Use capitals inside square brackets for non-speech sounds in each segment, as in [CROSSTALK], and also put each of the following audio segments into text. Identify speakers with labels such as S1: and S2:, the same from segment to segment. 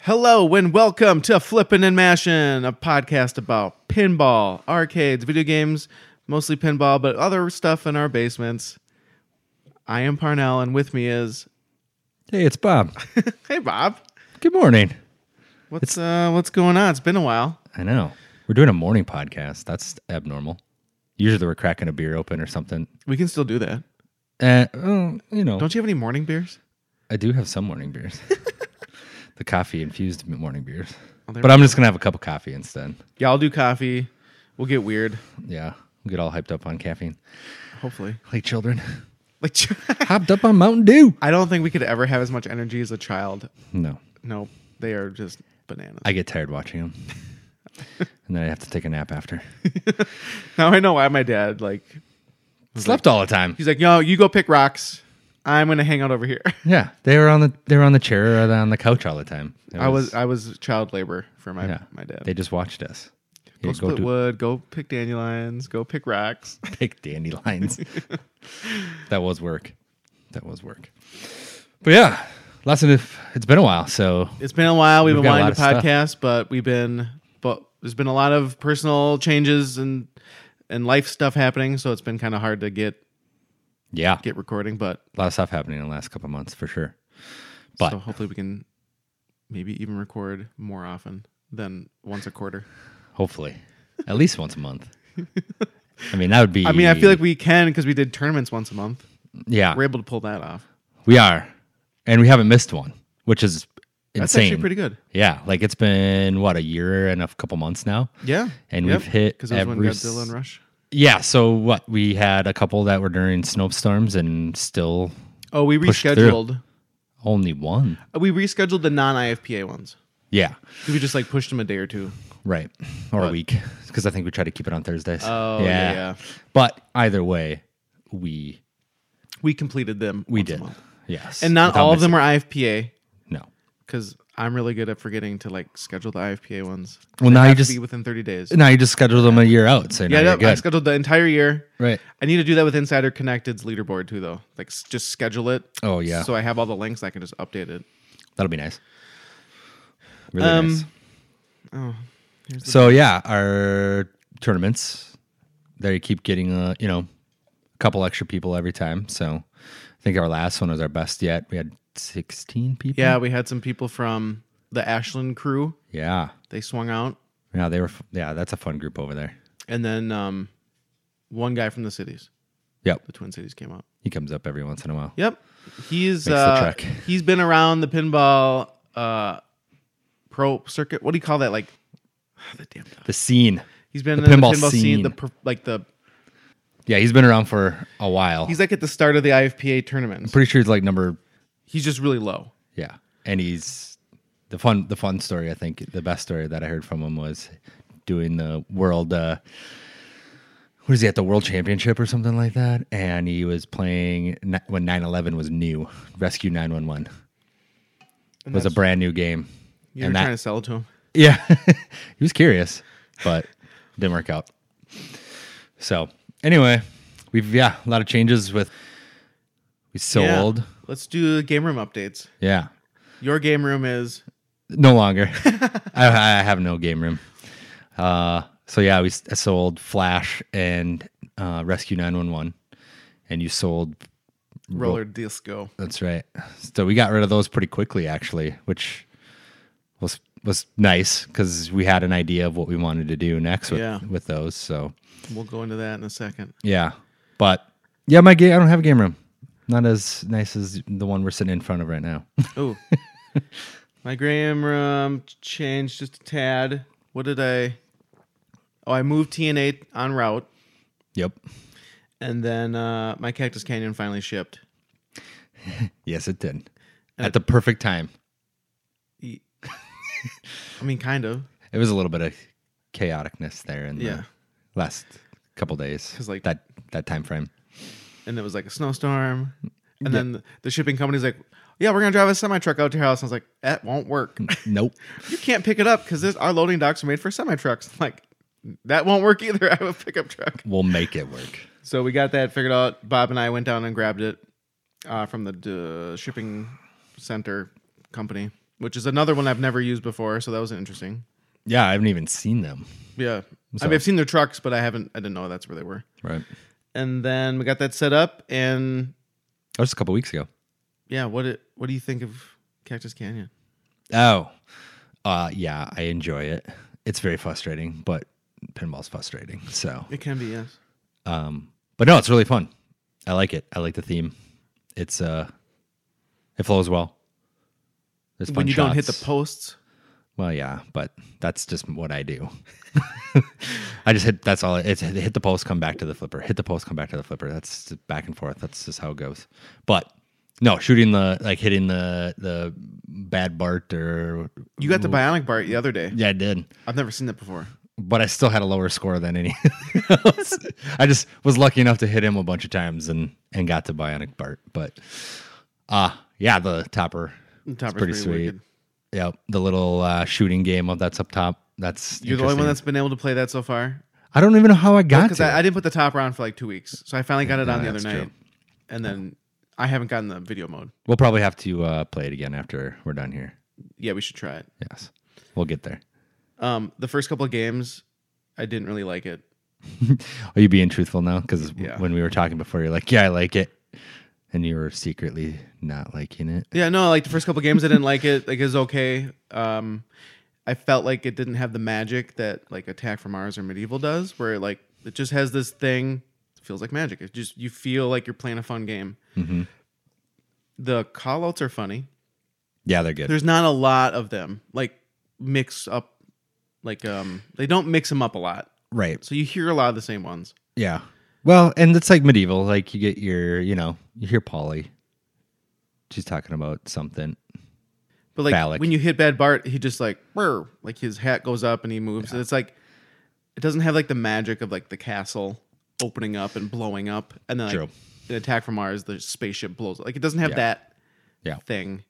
S1: Hello and welcome to Flippin' and Mashin', a podcast about pinball, arcades, video games, mostly pinball, but other stuff in our basements. I am Parnell, and with me is
S2: Hey, it's Bob.
S1: Hey Bob.
S2: Good morning.
S1: What's uh what's going on? It's been a while.
S2: I know. We're doing a morning podcast. That's abnormal. Usually we're cracking a beer open or something.
S1: We can still do that.
S2: Uh, oh, you know,
S1: Don't you have any morning beers?
S2: I do have some
S1: [LAUGHS]
S2: morning beers. the coffee infused morning beers.
S1: there
S2: But I'm just going to have a cup of coffee instead.
S1: Yeah, I'll do coffee. We'll get weird,
S2: Yeah. We get all hyped up on caffeine.
S1: hopefully.
S2: Like [LAUGHS] children.
S1: Like [LAUGHS]
S2: Hopped up on Mountain Dew.
S1: I don't think we could ever have as much energy as a child.
S2: No.
S1: Nope. They are just bananas.
S2: I get tired
S1: [LAUGHS]
S2: watching them. and then I have to take a nap after.
S1: now I know why my dad like
S2: Slept all the time.
S1: he's like, yo, you go pick rocks. I'm gonna hang out over here. [LAUGHS]
S2: Yeah. They were on the they were on the chair or on the couch all the time. It
S1: I was I was child labor for my
S2: Yeah.
S1: my dad.
S2: They just watched us.
S1: go
S2: Yeah,
S1: split
S2: do-
S1: wood, go pick dandelions, go pick
S2: [LAUGHS]
S1: rocks.
S2: pick
S1: [LAUGHS]
S2: dandelions. that was work. That was work. But yeah, lots of if it's been a while, so
S1: It's been a while. We've,
S2: We've
S1: been
S2: got a
S1: wanting to
S2: lot of
S1: podcast, but we've been but there's been a lot of personal changes and and life stuff happening, so it's been kind of hard to get
S2: yeah,
S1: get recording. But
S2: a lot of stuff happening in the last couple of months for sure. But-
S1: so hopefully we can maybe even record more often than once a quarter.
S2: Hopefully, at least once
S1: [LAUGHS]
S2: a month. I mean, that would be.
S1: I mean, I feel like we can because we did tournaments once a month.
S2: yeah,
S1: We're able to pull that off.
S2: we are, and we haven't missed one, which is insane.
S1: That's actually pretty good.
S2: yeah, like it's been what a year and a couple months now.
S1: Yeah,
S2: And we've hit
S1: because that was when
S2: every
S1: Godzilla and Rush.
S2: Yeah, so what we had a couple that were during snowstorms and still
S1: Oh, we
S2: pushed through.
S1: rescheduled.
S2: only one.
S1: Uh, We rescheduled the non IFPA ones.
S2: Yeah,
S1: We just like pushed them a day or two.
S2: right. Or a week [LAUGHS] because I think we try to keep it on Thursdays.
S1: Oh, yeah, yeah.
S2: But either way, we
S1: We completed them.
S2: we
S1: once a
S2: did.
S1: month.
S2: Yes.
S1: and not
S2: Without
S1: all of them are IFPA
S2: missing- No.
S1: because I'm really good at forgetting to like schedule the IFPA ones.
S2: Well,
S1: They
S2: now you
S1: have to
S2: just-
S1: be within 30 days.
S2: Now you just schedule them a year out, so now
S1: yeah,
S2: you're
S1: yeah, I
S2: good.
S1: scheduled the entire year.
S2: right.
S1: I need to do that with Insider Connected's leaderboard too, though. Like, s- just schedule it.
S2: Oh, yeah.
S1: So I have all the links. I can just update it.
S2: That'll be nice. Really
S1: Um,
S2: nice.
S1: Oh, here's the
S2: So yeah, our tournaments they keep getting uh, you know a couple extra people every time. So I think our last one was our best yet. We had 16 people.
S1: yeah. We had some people from the Ashland crew.
S2: Yeah.
S1: They swung out,
S2: Yeah, they were f- yeah, that's a fun group over there.
S1: and then um, one guy from the cities.
S2: Yep.
S1: the Twin Cities came out.
S2: He comes up every once in a while.
S1: Yep. He's
S2: the
S1: uh,
S2: trek.
S1: he's been around the pinball uh, pro circuit. What do you call that? Like the damn.
S2: The scene.
S1: He's been
S2: The
S1: in
S2: pinball
S1: the pinball scene.
S2: scene.
S1: The per- like the
S2: Yeah, he's been around for a while.
S1: he's like at the start of the IFPA tournament.
S2: pretty sure he's like number
S1: He's just really low.
S2: yeah. And he's the fun the fun story I think the best story that I heard from him was doing the world uh what is he at the world championship or something like that and he was playing ni- when 911 was new rescue 911
S1: And
S2: was a
S1: that's-
S2: brand new game
S1: You were
S2: and
S1: trying to sell it to him.
S2: Yeah. [LAUGHS] he was curious, but didn't work out. So, anyway, we've, yeah, a lot of changes with. He's so
S1: Yeah.
S2: old.
S1: Let's do game room updates.
S2: Yeah.
S1: Your game room is
S2: No longer. [LAUGHS] I, I have no game room. Uh, so, yeah, we s- I sold Flash and uh, Rescue 911, and you sold.
S1: roller disco.
S2: That's right. So, we got rid of those pretty quickly, actually, which was was nice because we had an idea of what we wanted to do next with,
S1: Yeah.
S2: with those. So,
S1: We'll go into that in a second.
S2: Yeah, but yeah, my game. I don't have a game room. Not as nice as the one we're sitting in front of right now. [LAUGHS]
S1: Oh, [LAUGHS] my game room changed just a tad. What did I? Oh, I moved TNA on route.
S2: yep.
S1: and then uh, my Cactus Canyon finally shipped.
S2: Yes, it did. At the perfect time.
S1: E- [LAUGHS] I mean, kind of,
S2: It was a little bit of chaoticness there in
S1: Yeah.
S2: the last couple days.
S1: 'Cause, like-
S2: that that time [LAUGHS] frame.
S1: and it was like a snowstorm, and then the- the shipping company's like, "Yeah, we're gonna drive a semi truck out to your house." And I was like, "That won't work.
S2: Nope.
S1: you can't pick it up because our loading docks are made for semi trucks." Like, that won't work either. [LAUGHS] I have a pickup truck,
S2: We'll make it work.
S1: so we got that figured out. Bob and I went down and grabbed it uh, from the uh, shipping center company. which is another one I've never used before. So that was interesting.
S2: Yeah, I haven't even seen them.
S1: Yeah. I
S2: So-
S1: mean, I've seen their trucks, but I haven't, I didn't know that's where they were.
S2: Right.
S1: And then we got that set up. And
S2: That was a couple weeks ago.
S1: yeah, what, it, what do you think of Cactus Canyon?
S2: Oh, uh, yeah, I enjoy it. It's very frustrating, but pinball's frustrating. So,
S1: It can be, yes.
S2: um, but no, it's really fun. I like it. I like the theme. It's uh, it flows well. There's fun
S1: When you don't hit the
S2: shots.
S1: posts.
S2: Well, yeah, but that's just what I do. [LAUGHS] I just hit. That's all. It's hit the post, come back to the flipper. Hit the post, come back to the flipper. That's just back and forth. That's just how it goes. But no, shooting the like hitting the the bad Bart or
S1: You got the bionic Bart the other day.
S2: yeah, I did.
S1: I've never seen that before.
S2: But I still had a lower score than any. [LAUGHS] else. I just was lucky enough to hit him a bunch of times and and got to Bionic Bart. But uh yeah, the topper.
S1: The
S2: It's
S1: topper's
S2: pretty,
S1: pretty
S2: sweet.
S1: wicked.
S2: Yeah, the little uh, shooting game of that's up top. That's
S1: You're the only one
S2: interesting.
S1: that's been able to play that so far.
S2: I don't even know how I got
S1: Because
S2: to.
S1: I, I
S2: it.
S1: didn't put the topper on for like two weeks. So I finally got it on the other
S2: that's true.
S1: night. And then I haven't gotten the video mode.
S2: we'll probably have to uh, play it again after we're done here.
S1: Yeah, we should try it.
S2: Yes, we'll get there.
S1: Um, the first couple of games, I didn't really like it.
S2: Are you being truthful now? Because
S1: Yeah.
S2: when we were talking before, you're like, "Yeah, I like it," and you were secretly not liking it.
S1: Yeah, no, like the first couple of games, I didn't like it. Like it was okay. Um, I felt like it didn't have the magic that like Attack from Mars or Medieval does, where like it just has this thing. It feels like magic. It just you feel like you're playing a fun game.
S2: Mm-hmm.
S1: The call outs are funny.
S2: Yeah, they're good.
S1: There's not a lot of them. Like mix up, like um, they don't mix them up a lot.
S2: right.
S1: So you hear a lot of the same ones.
S2: Yeah. Well, and it's like medieval. Like you get your, you know, you hear Polly. She's talking about something.
S1: But like
S2: Phallic.
S1: when you hit Bad Bart, he just like "Brr," like his hat goes up and he moves. And it's like it doesn't have like the magic of like the castle opening up and blowing up, and then like,
S2: True.
S1: in Attack from Mars, the spaceship blows. Like it doesn't have
S2: Yeah.
S1: that
S2: Yeah.
S1: thing.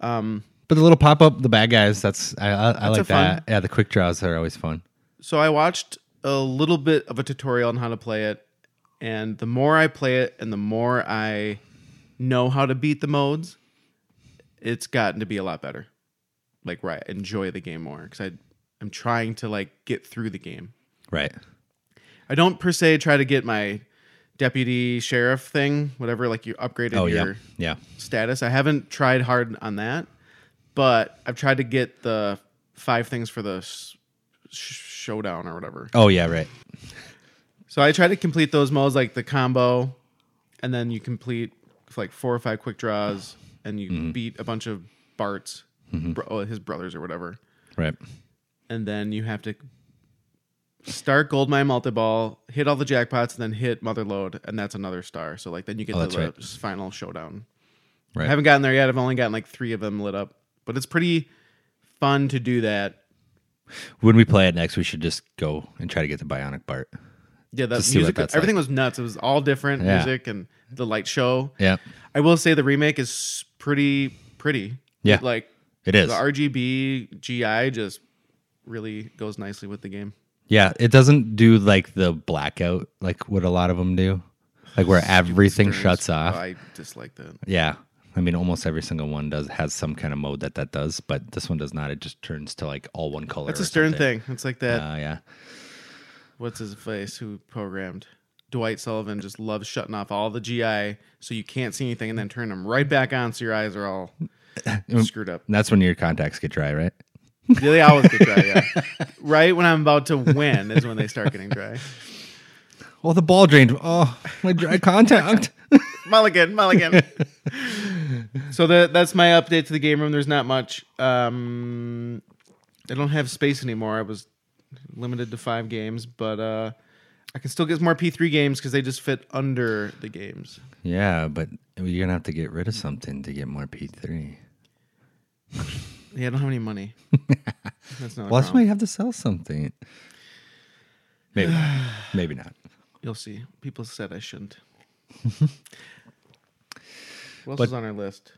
S2: But the little pop up, the bad guys. That's I, I, I
S1: a
S2: like
S1: fun-
S2: that. Yeah, the quick draws are always fun.
S1: So I watched a little bit of a tutorial on how to play it, and the more I play it, and the more I know how to beat the modes, it's gotten to be a lot better. Like right, enjoy the game more because I I'm trying to like get through the game.
S2: Right.
S1: I don't per se try to get my deputy sheriff thing, whatever, like you upgraded
S2: Oh
S1: your
S2: yeah. Yeah.
S1: status. I haven't tried hard on that, but I've tried to get the five things for the s- sh- showdown or whatever.
S2: Oh yeah. Right.
S1: So I try to complete those modes like the combo, and then you complete like four or five quick draws, and you
S2: Mm-hmm.
S1: beat a bunch of Bart's, bro- oh, his brothers or whatever.
S2: Right.
S1: and then you have to start Goldmine Multiball, hit all the jackpots, and then hit Motherload, and that's another star. So like then you get
S2: Oh,
S1: to
S2: that's
S1: the
S2: right.
S1: final showdown.
S2: Right.
S1: I haven't gotten there yet. I've only gotten like three of them lit up, but it's pretty fun to do that.
S2: When we play it next, we should just go and try to get the Bionic Bart.
S1: Yeah, that
S2: Just see what
S1: music,
S2: that's
S1: everything was nuts. It was all different
S2: Yeah.
S1: music and the light show.
S2: Yeah,
S1: I will say the remake is pretty pretty.
S2: Yeah.
S1: like
S2: it is.
S1: the RGB GI just really goes nicely with the game.
S2: yeah, it doesn't do like the blackout like what a lot of them do, like where everything shuts off.
S1: Oh, I dislike that.
S2: yeah, I mean almost every single one does has some kind of mode that that does, but this one does not. It just turns to like all one color.
S1: That's a
S2: or
S1: stern
S2: something.
S1: thing. It's like that.
S2: Uh, yeah,
S1: what's his face who programmed Dwight Sullivan just loves shutting off all the GI so you can't see anything and then turn them right back on so your eyes are
S2: [LAUGHS]
S1: all screwed up.
S2: and that's when your contacts get dry, right?
S1: They always get dry,
S2: [LAUGHS]
S1: yeah. Right when I'm about to win is when they start getting dry.
S2: Oh, the ball drained. Oh, my [LAUGHS] dry contact.
S1: Mulligan, Mulligan. [LAUGHS] so that that's my update to the game room. There's not much. Um, I don't have space anymore. I was limited to five games, but uh, I can still get more P3 games because they just fit under the games.
S2: yeah, but you're gonna have to get rid of something to get more P three.
S1: Yeah, I don't have any money. That's not.
S2: Well,
S1: a
S2: that's
S1: problem.
S2: why you have to sell something. Maybe, not. maybe not.
S1: You'll see. People said I shouldn't. what else
S2: But-
S1: is on our list?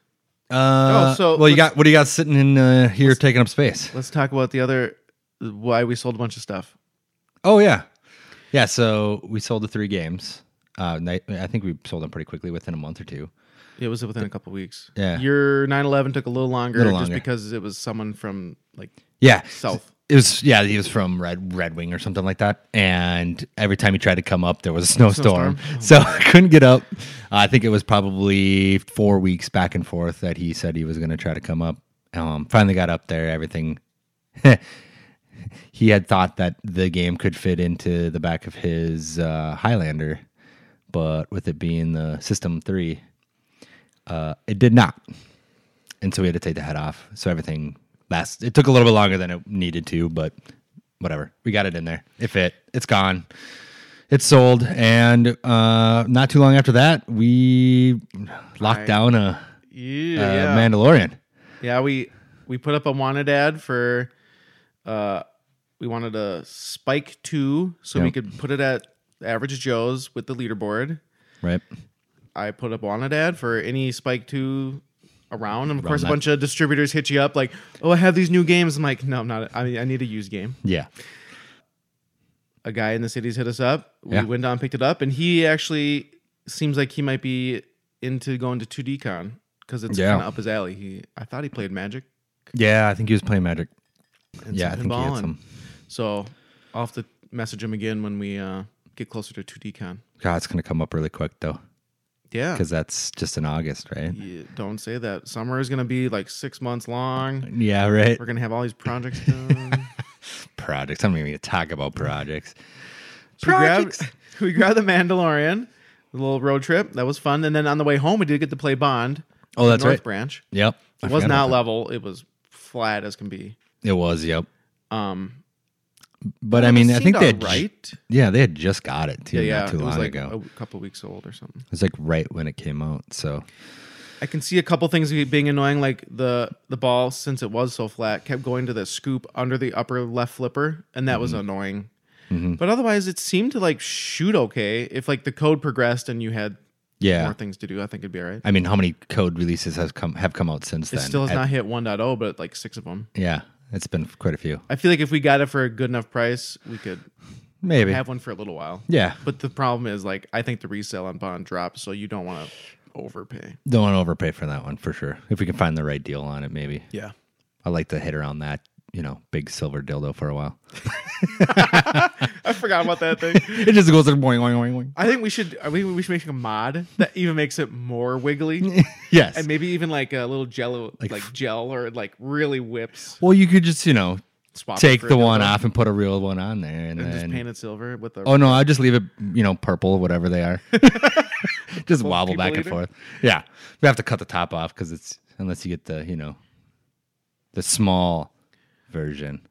S2: Uh,
S1: Oh, so
S2: well, you
S1: let's-
S2: got what do you got sitting in uh, here taking up space?
S1: Let's talk about the other. Why we sold a bunch of stuff.
S2: Oh yeah, yeah. So we sold the three games. Uh, ni- I think we sold them pretty quickly within a month or two.
S1: It was within a couple weeks.
S2: Yeah.
S1: Your 9/11 took a little longer,
S2: Little
S1: just
S2: longer. uh,
S1: because it was someone from like
S2: Yeah.
S1: South.
S2: It was yeah, he was from Red Red Wing or something like that. And every time he tried to come up, there was a [LAUGHS] snowstorm. So I couldn't get up. I think it was probably four weeks back and forth that he said he was gonna try to come up. Um finally got up there, everything [LAUGHS] he had thought that the game could fit into the back of his uh, Highlander, but with it being the system three, uh, it did not. And so we had to take the head off. So everything last it took a little bit longer than it needed to, but whatever. We got it in there. It fit. It's gone. It's sold. And uh, not too long after that, we locked down a, a
S1: yeah, yeah.
S2: Mandalorian.
S1: Yeah, we we put up a wanted ad for uh we wanted a spike 2 so we
S2: Yep.
S1: could put it at average joe's with the leaderboard.
S2: Right.
S1: I put up a wanted ad for any spike 2 around and of course a
S2: that.
S1: bunch of distributors hit you up like, "Oh, I have these new games." I'm like, "No, I'm not. I I need a used game."
S2: Yeah.
S1: A guy in the cities hit us up. We
S2: Yeah.
S1: went down, picked it up, and he actually seems like he might be into going to 2D Con because it's
S2: Yeah.
S1: kind of up his alley. He I thought he played Magic
S2: Yeah, I think he was playing Magic.
S1: and
S2: yeah, I
S1: some
S2: think he
S1: pinball
S2: had
S1: and-
S2: some.
S1: So I'll have to message him again when we uh, get closer to 2DCon.
S2: God, it's gonna come up really quick though,
S1: Yeah.
S2: because that's just in August, right?
S1: You don't say that. Summer is going to be like six months long.
S2: Yeah, right.
S1: We're going to have all these projects
S2: [LAUGHS]
S1: done.
S2: Projects. I'm not even gonna talk about projects.
S1: So [LAUGHS] We grabbed, we grabbed the Mandalorian, the little road trip. That was fun. And then on the way home, we did get to play Bond.
S2: Oh, that's
S1: North
S2: right.
S1: Branch.
S2: Yep. I
S1: It was
S2: forgot
S1: not
S2: about
S1: level. It was flat as can be.
S2: that. It was. Yep.
S1: Um,
S2: But I mean, I think they had ju-
S1: right.
S2: yeah, they had just got it too,
S1: Yeah, yeah.
S2: not too
S1: it was
S2: long
S1: like
S2: ago.
S1: a couple weeks old or something.
S2: It was like right when it came out. So
S1: I can see a couple things being annoying, like the the ball since it was so flat kept going to the scoop under the upper left flipper, and that was
S2: Mm-hmm.
S1: annoying. But otherwise, it seemed to like shoot okay. If like the code progressed and you had
S2: yeah,
S1: more things to do, I think it'd be all right.
S2: I mean, how many code releases has come have come out since
S1: It
S2: then?
S1: still has
S2: I-
S1: not hit 1.0, but like six of them.
S2: Yeah, it's been quite a few.
S1: I feel like if we got it for a good enough price, we could
S2: Maybe.
S1: have one for a little while.
S2: yeah.
S1: But the problem is, like, I think the resale on Bond dropped, so you don't want to overpay.
S2: Don't want to overpay for that one for sure. If we can find the right deal on it, maybe.
S1: Yeah.
S2: I like to hit around that, you know, big silver dildo for
S1: [LAUGHS]
S2: a while.
S1: I forgot about that thing.
S2: It just goes like boing, boing, boing,
S1: I think we should. I mean, we should make a mod that even makes it more wiggly, [LAUGHS]
S2: boing. yes.
S1: and maybe even like a little jello, like,
S2: Like
S1: gel, or like really whips.
S2: well, you could just, you know,
S1: Swap it
S2: take
S1: for
S2: the
S1: a
S2: one
S1: dildo
S2: off and put a real one on there, and,
S1: and
S2: then
S1: just paint it silver with the.
S2: Oh no, I just leave it, you know, purple, whatever they are. [LAUGHS] just wobble
S1: people
S2: back and
S1: eater?
S2: forth. Yeah, we have to cut the top off because it's unless you get the, you know, the small version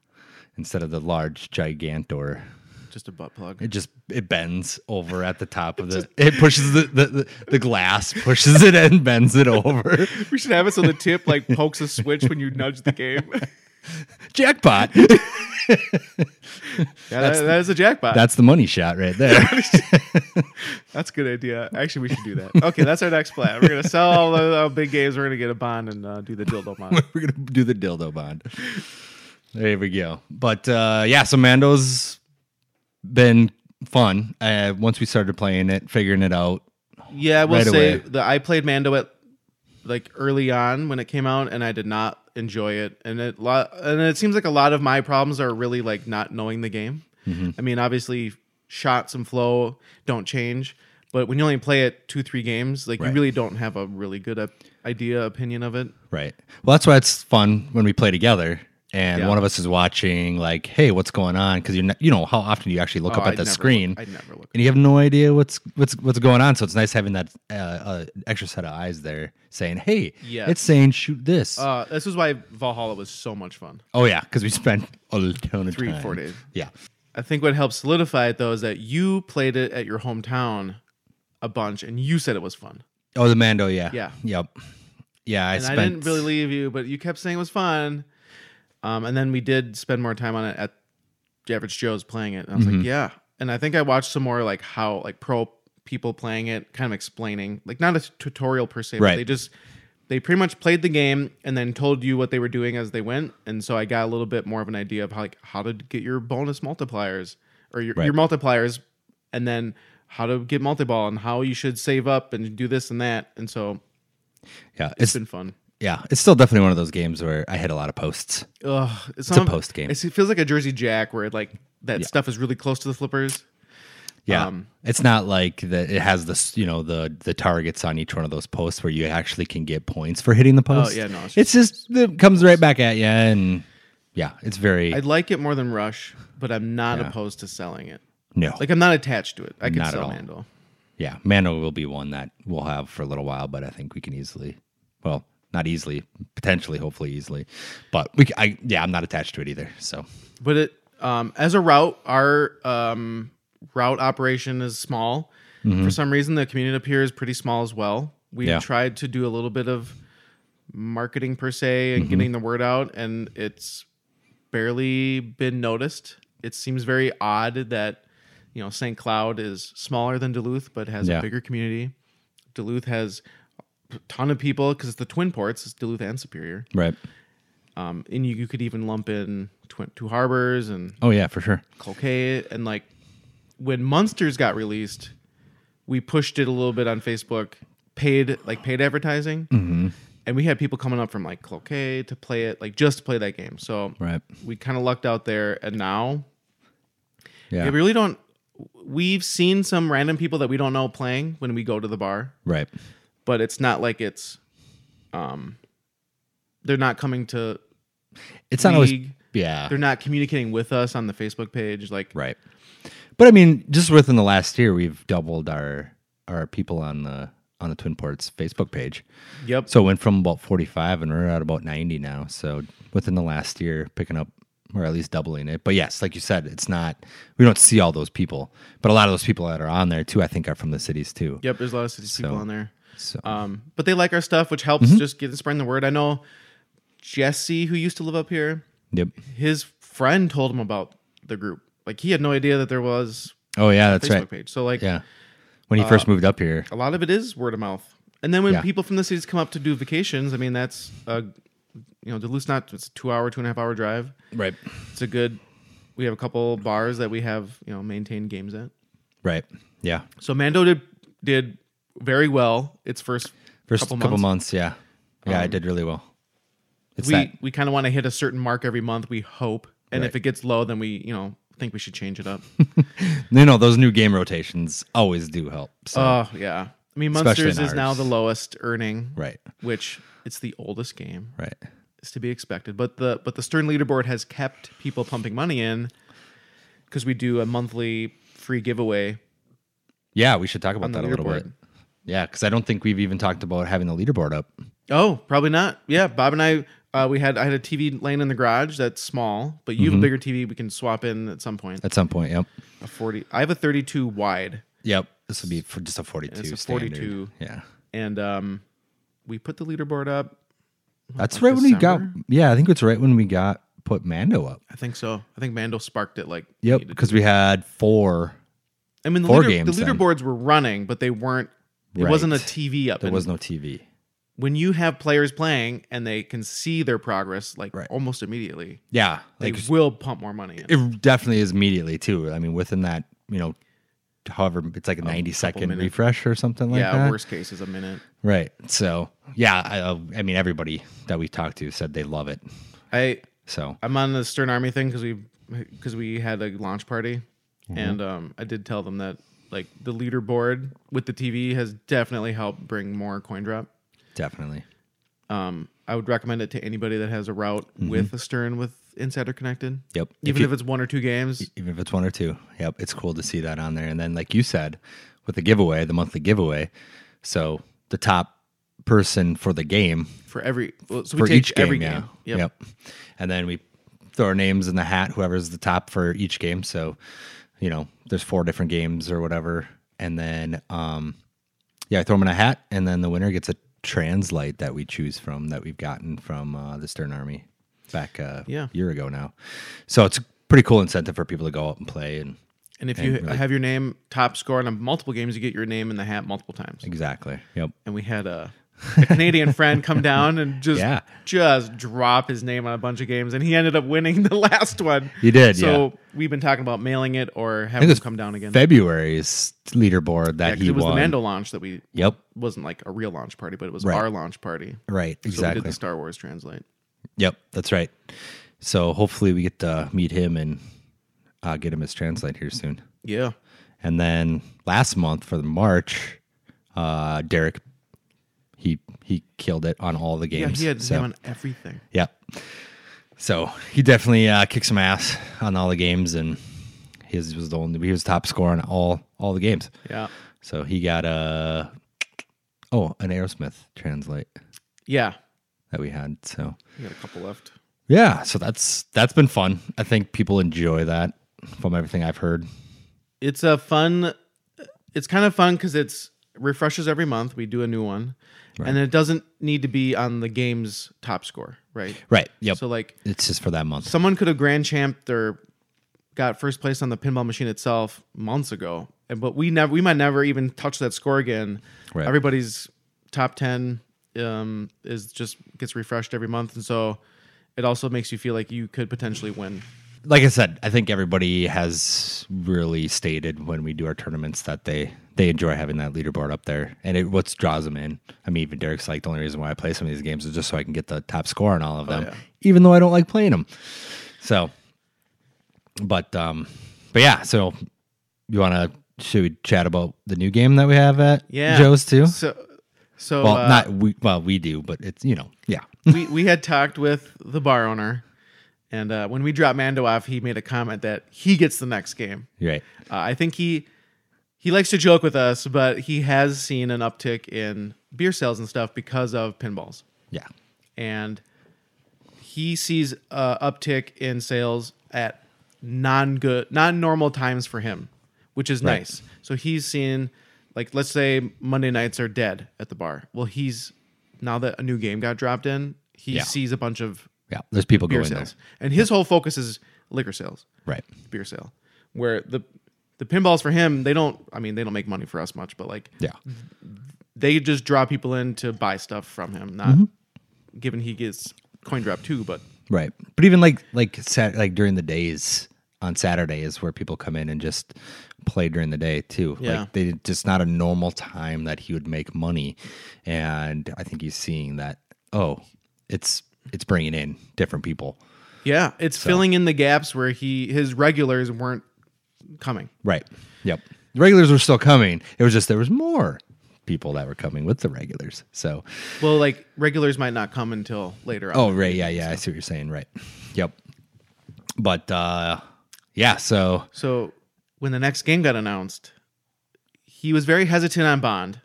S2: instead of the large gigantor.
S1: just a butt plug.
S2: It just it bends over at the top of the. it pushes the, the the the glass pushes it and bends it over. [LAUGHS]
S1: We should have it so the tip like pokes a switch when you nudge the [LAUGHS] game.
S2: Jackpot. [LAUGHS]
S1: yeah, that, that is a jackpot.
S2: That's the money shot right there.
S1: that's a good idea. Actually, we should do that. Okay, that's our next plan. We're gonna sell all the uh, big games. We're gonna get a bond and uh, do the dildo mod.
S2: [LAUGHS] We're gonna do the dildo bond. There we go. But uh, yeah, so Mando's been fun. Uh, once we started playing it, figuring it out.
S1: Yeah, I will
S2: Right
S1: say
S2: away.
S1: the I played Mando at like early on when it came out, and I did not enjoy it. And it lot and it seems like a lot of my problems are really like not knowing the game.
S2: Mm-hmm.
S1: I mean, obviously, shots and flow don't change, but when you only play it two three games, like you
S2: Right.
S1: really don't have a really good op- idea opinion of it.
S2: Right. Well, that's why it's fun when we play together. And
S1: Yeah.
S2: one of us is watching, like, "Hey, what's going on?" Because you know, you know how often do you actually look
S1: Oh,
S2: up
S1: I'd
S2: at the
S1: never
S2: screen,
S1: look- I'd never look.
S2: and you have no idea what's what's what's going on. So it's nice having that uh, uh, extra set of eyes there, saying, "Hey,
S1: Yes.
S2: it's saying shoot this."
S1: Uh, this is why Valhalla was so much fun.
S2: oh yeah, because we spent a ton of
S1: Three,
S2: time.
S1: four days.
S2: Yeah.
S1: I think what helps solidify it though is that you played it at your hometown a bunch, and you said it was fun.
S2: Oh, the Mando, yeah.
S1: Yeah.
S2: Yep. Yeah, I
S1: and
S2: spent
S1: I didn't really leave you, but you kept saying it was fun. Um, and then we did spend more time on it at Average Joe's playing it. And I was
S2: Mm-hmm.
S1: like, yeah. And I think I watched some more like how like pro people playing it, kind of explaining like not a tutorial per se, but
S2: Right.
S1: they just they pretty much played the game and then told you what they were doing as they went. And so I got a little bit more of an idea of how like how to get your bonus multipliers or your,
S2: Right.
S1: your multipliers and then how to get multi ball and how you should save up and do this and that. And so
S2: Yeah,
S1: it's
S2: it's
S1: been fun.
S2: yeah, it's still definitely one of those games where I hit a lot of posts.
S1: Ugh, it's,
S2: a post game.
S1: It feels like a Jersey Jack where it, like that stuff is really close to the flippers.
S2: Yeah,
S1: Um,
S2: it's not like that. It has this, you know, the the targets on each one of those posts where you actually can get points for hitting the post.
S1: Oh, yeah, no, it's
S2: it's just, it comes right back at you, and yeah, it's very
S1: I like it more than Rush, but I'm not
S2: Yeah.
S1: opposed to selling it.
S2: no.
S1: Like I'm not attached to it. I could
S2: Not at
S1: sell
S2: all.
S1: Mandel.
S2: yeah, Mano will be one that we'll have for a little while, but I think we can easily, well, not easily, potentially, hopefully, easily, but we, c- I, yeah, I'm not attached to it either. So
S1: But it um, as a route, our um, route operation is small. For some reason, the community up here is pretty small as well. We
S2: Mm-hmm. Yeah.
S1: have tried to do a little bit of marketing per se
S2: Mm-hmm.
S1: and getting the word out, and it's barely been noticed. It seems very odd that you know St. Cloud is smaller than Duluth, but has a
S2: Yeah.
S1: bigger community. Duluth has a ton of people because it's the twin ports, it's Duluth and Superior.
S2: right,
S1: Um, and you, you could even lump in Twin Two Harbors and
S2: oh yeah, for sure,
S1: Colcay and like when Monsters got released, we pushed it a little bit on Facebook, paid like paid advertising,
S2: Mm-hmm.
S1: and we had people coming up from like Colcay to play it, like just to play that game. So
S2: right,
S1: we kind of lucked out there, and now yeah,
S2: yeah,
S1: we really don't. We've seen some random people that we don't know playing when we go to the bar,
S2: right,
S1: but it's not like it's, um, they're not coming to
S2: it's not always,
S1: league.
S2: yeah,
S1: They're not communicating with us on the Facebook page, like
S2: right, but I mean, just within the last year, we've doubled our our people on the on the Twin Ports Facebook page.
S1: yep,
S2: So it went from about 45 and we're at about 90 now. So within the last year, picking up or at least doubling it. But yes, like you said, it's not, we don't see all those people. But a lot of those people that are on there too, I think are from the cities too.
S1: Yep, there's a lot of city people
S2: So-
S1: on there.
S2: So, Mm-hmm.
S1: Um, but they like our stuff, which helps just get spreading the word. I know Jesse, who used to live up here,
S2: yep.
S1: his friend told him about the group. Like he had no idea that there was
S2: Oh, yeah,
S1: a
S2: that's
S1: Facebook
S2: right.
S1: page. Uh, So like
S2: Yeah. When he first moved up here.
S1: a lot of it is word of mouth. And then when
S2: Yeah.
S1: people from the cities come up to do vacations, I mean that's uh you know, Duluth's not it's a two hour, two and a half hour drive.
S2: Right.
S1: It's a good we have a couple bars that we have, you know, maintained games at.
S2: Right. Yeah.
S1: So Mando did did very well its first
S2: First
S1: Couple Um,
S2: couple, months. Yeah. Yeah, I did really well. It's
S1: we
S2: that.
S1: we kind of want to hit a certain mark every month. We hope, and if
S2: Right.
S1: it gets low, then we you know think we should change
S2: [LAUGHS]
S1: it up.
S2: You know, those new game rotations always do help. So,
S1: Oh yeah, I mean
S2: Especially
S1: Monsters
S2: in
S1: is now
S2: ours.
S1: the lowest earning,
S2: right.
S1: Which it's the oldest game.
S2: Right.
S1: It's to be expected, but the but the Stern leaderboard has kept people pumping money in because we do a monthly free giveaway
S2: Yeah. We should talk about
S1: on the
S2: that a little bit.
S1: leaderboard.
S2: Yeah. Cause I don't think we've even talked about having the leaderboard up.
S1: Oh, probably not. Yeah, Bob and I. Uh, we had I had a TV laying in the garage that's small, but
S2: Mm-hmm.
S1: you have a bigger TV we can swap in at some point.
S2: At some point, yep.
S1: A forty, I have a thirty-two wide,
S2: Yep. This would be for just a 42
S1: it's a
S2: standard.
S1: 42.
S2: Yeah.
S1: and um, we put the leaderboard up.
S2: That's right when we got Yeah, I think it's right when we got put Mando up.
S1: I think so. I think Mando sparked it. Like,
S2: Yep, because we had four.
S1: I mean, the,
S2: Four
S1: leader,
S2: games
S1: the
S2: then.
S1: leaderboards were running, but they weren't. It wasn't a
S2: Right.
S1: TV up.
S2: There
S1: and
S2: was no TV.
S1: when you have players playing and they can see their progress, like
S2: Right.
S1: almost immediately,
S2: Yeah,
S1: they
S2: like
S1: will pump more money in.
S2: it definitely is immediately too. I mean, within that, you know, however, it's like a ninety second
S1: minute.
S2: refresh or something like
S1: yeah,
S2: that.
S1: worst case is a minute.
S2: Right. So yeah, I, uh, I mean, everybody that we talked to said they love it.
S1: I
S2: So
S1: I'm on the Stern Army thing because we because we had a launch party,
S2: Mm-hmm.
S1: and um, I did tell them that like the leaderboard with the TV has definitely helped bring more coin drop.
S2: definitely.
S1: um, I would recommend it to anybody that has a route with a stern with insider connected.
S2: Mm-hmm. Yep.
S1: Even if, it's one or two games,
S2: even if it's one or two. Yep, it's cool to see that on there. And then, like you said, with the giveaway, the monthly giveaway, so the top person for the game
S1: for every well, so we
S2: for
S1: take
S2: each game,
S1: every
S2: yeah,
S1: game. Yep.
S2: and then we throw our names in the hat, whoever's the top for each game. So, you know, there's four different games or whatever, and then, um, yeah, I throw them in a hat, and then the winner gets a translite that we choose from that we've gotten from uh, the Stern Army back uh,
S1: Yeah.
S2: a year ago now. So it's a pretty cool incentive for people to go out and play and
S1: And if you have your name top score on multiple games, you get your name in the hat multiple times.
S2: Exactly. Yep.
S1: And we had a
S2: [LAUGHS]
S1: a Canadian friend come down and just
S2: Yeah.
S1: just drop his name on a bunch of games, and he ended up winning [LAUGHS] the last one.
S2: He did,
S1: So we've been talking about mailing it or having him
S2: it was
S1: come down again.
S2: February's leaderboard
S1: Yeah,
S2: that
S1: 'cause
S2: he
S1: it was
S2: won.
S1: the Mando launch that we
S2: Yep.
S1: wasn't like a real launch party, but it was
S2: Right.
S1: our launch party.
S2: Right.
S1: So we did
S2: Exactly.
S1: the Star Wars translate.
S2: Yep, that's right. So hopefully we get to meet him and uh, get him as translate here soon.
S1: Yeah.
S2: And then last month for the March, uh, Derek, he he killed it on all the
S1: Yeah,
S2: games.
S1: he had
S2: so,
S1: him on everything.
S2: Yep. So he definitely uh, kicked some ass on all the games, and his was the only he was top scorer on all all the games.
S1: Yeah.
S2: So he got a oh an Aerosmith translate
S1: Yeah.
S2: that we had. So
S1: He got a couple left.
S2: Yeah, so that's that's been fun. I think people enjoy that from everything I've heard.
S1: It's a fun it's kind of fun because it's refreshes every month. We do a new one. And it doesn't need to be on the game's top score, right?
S2: Right. Yep.
S1: So like
S2: it's just for that month.
S1: someone could have grand champed or got first place on the pinball machine itself months ago. And but we never we might never even touch that score again.
S2: Right.
S1: Everybody's top ten um is just gets refreshed every month. And so it also makes you feel like you could potentially win.
S2: Like I said, I think everybody has really stated when we do our tournaments that they they enjoy having that leaderboard up there, and it what draws them in. I mean, even Derek's like the only reason why I play some of these games is just so I can get the top score on all of them,
S1: Oh, yeah.
S2: even though I don't like playing them. So, but um, but yeah. So you want to should we chat about the new game that we have at
S1: Yeah.
S2: Joe's too?
S1: So so
S2: Well,
S1: uh,
S2: not we. Well, we do, but it's you know, yeah.
S1: we we had talked with the bar owner, and uh, when we dropped Mando off, he made a comment that he gets the next game.
S2: You're right.
S1: Uh, I think he he likes to joke with us, but he has seen an uptick in beer sales and stuff because of pinballs,
S2: Yeah,
S1: and he sees a uptick in sales at non good, non normal times for him, which is
S2: Right.
S1: nice. So he's seen like let's say Monday nights are dead at the bar. Well, he's now that a new game got dropped in, he
S2: Yeah.
S1: sees a bunch of
S2: yeah. There's people
S1: beer
S2: going there.
S1: sales. And his whole focus is liquor sales,
S2: Right.
S1: beer sale. Where the the pinballs for him, they don't I mean, they don't make money for us much, but like
S2: Yeah.
S1: they just draw people in to buy stuff from him, not
S2: Mm-hmm.
S1: given he gets coin drop too, but
S2: Right. But even like like sat like during the days on Saturday is where people come in and just play during the day too.
S1: Yeah.
S2: Like they just not a normal time that he would make money, and I think he's seeing that. Oh, it's it's bringing in different people.
S1: yeah, it's filling in the gaps where he his regulars weren't coming.
S2: Right. Yep. The regulars were still coming. It was just there was more people that were coming with the regulars. So
S1: Well, like regulars might not come until later on.
S2: Oh, right. Yeah, yeah. I see what you're saying. Right. Yep. But uh yeah, so
S1: So when the next game got announced, he was very hesitant on Bond.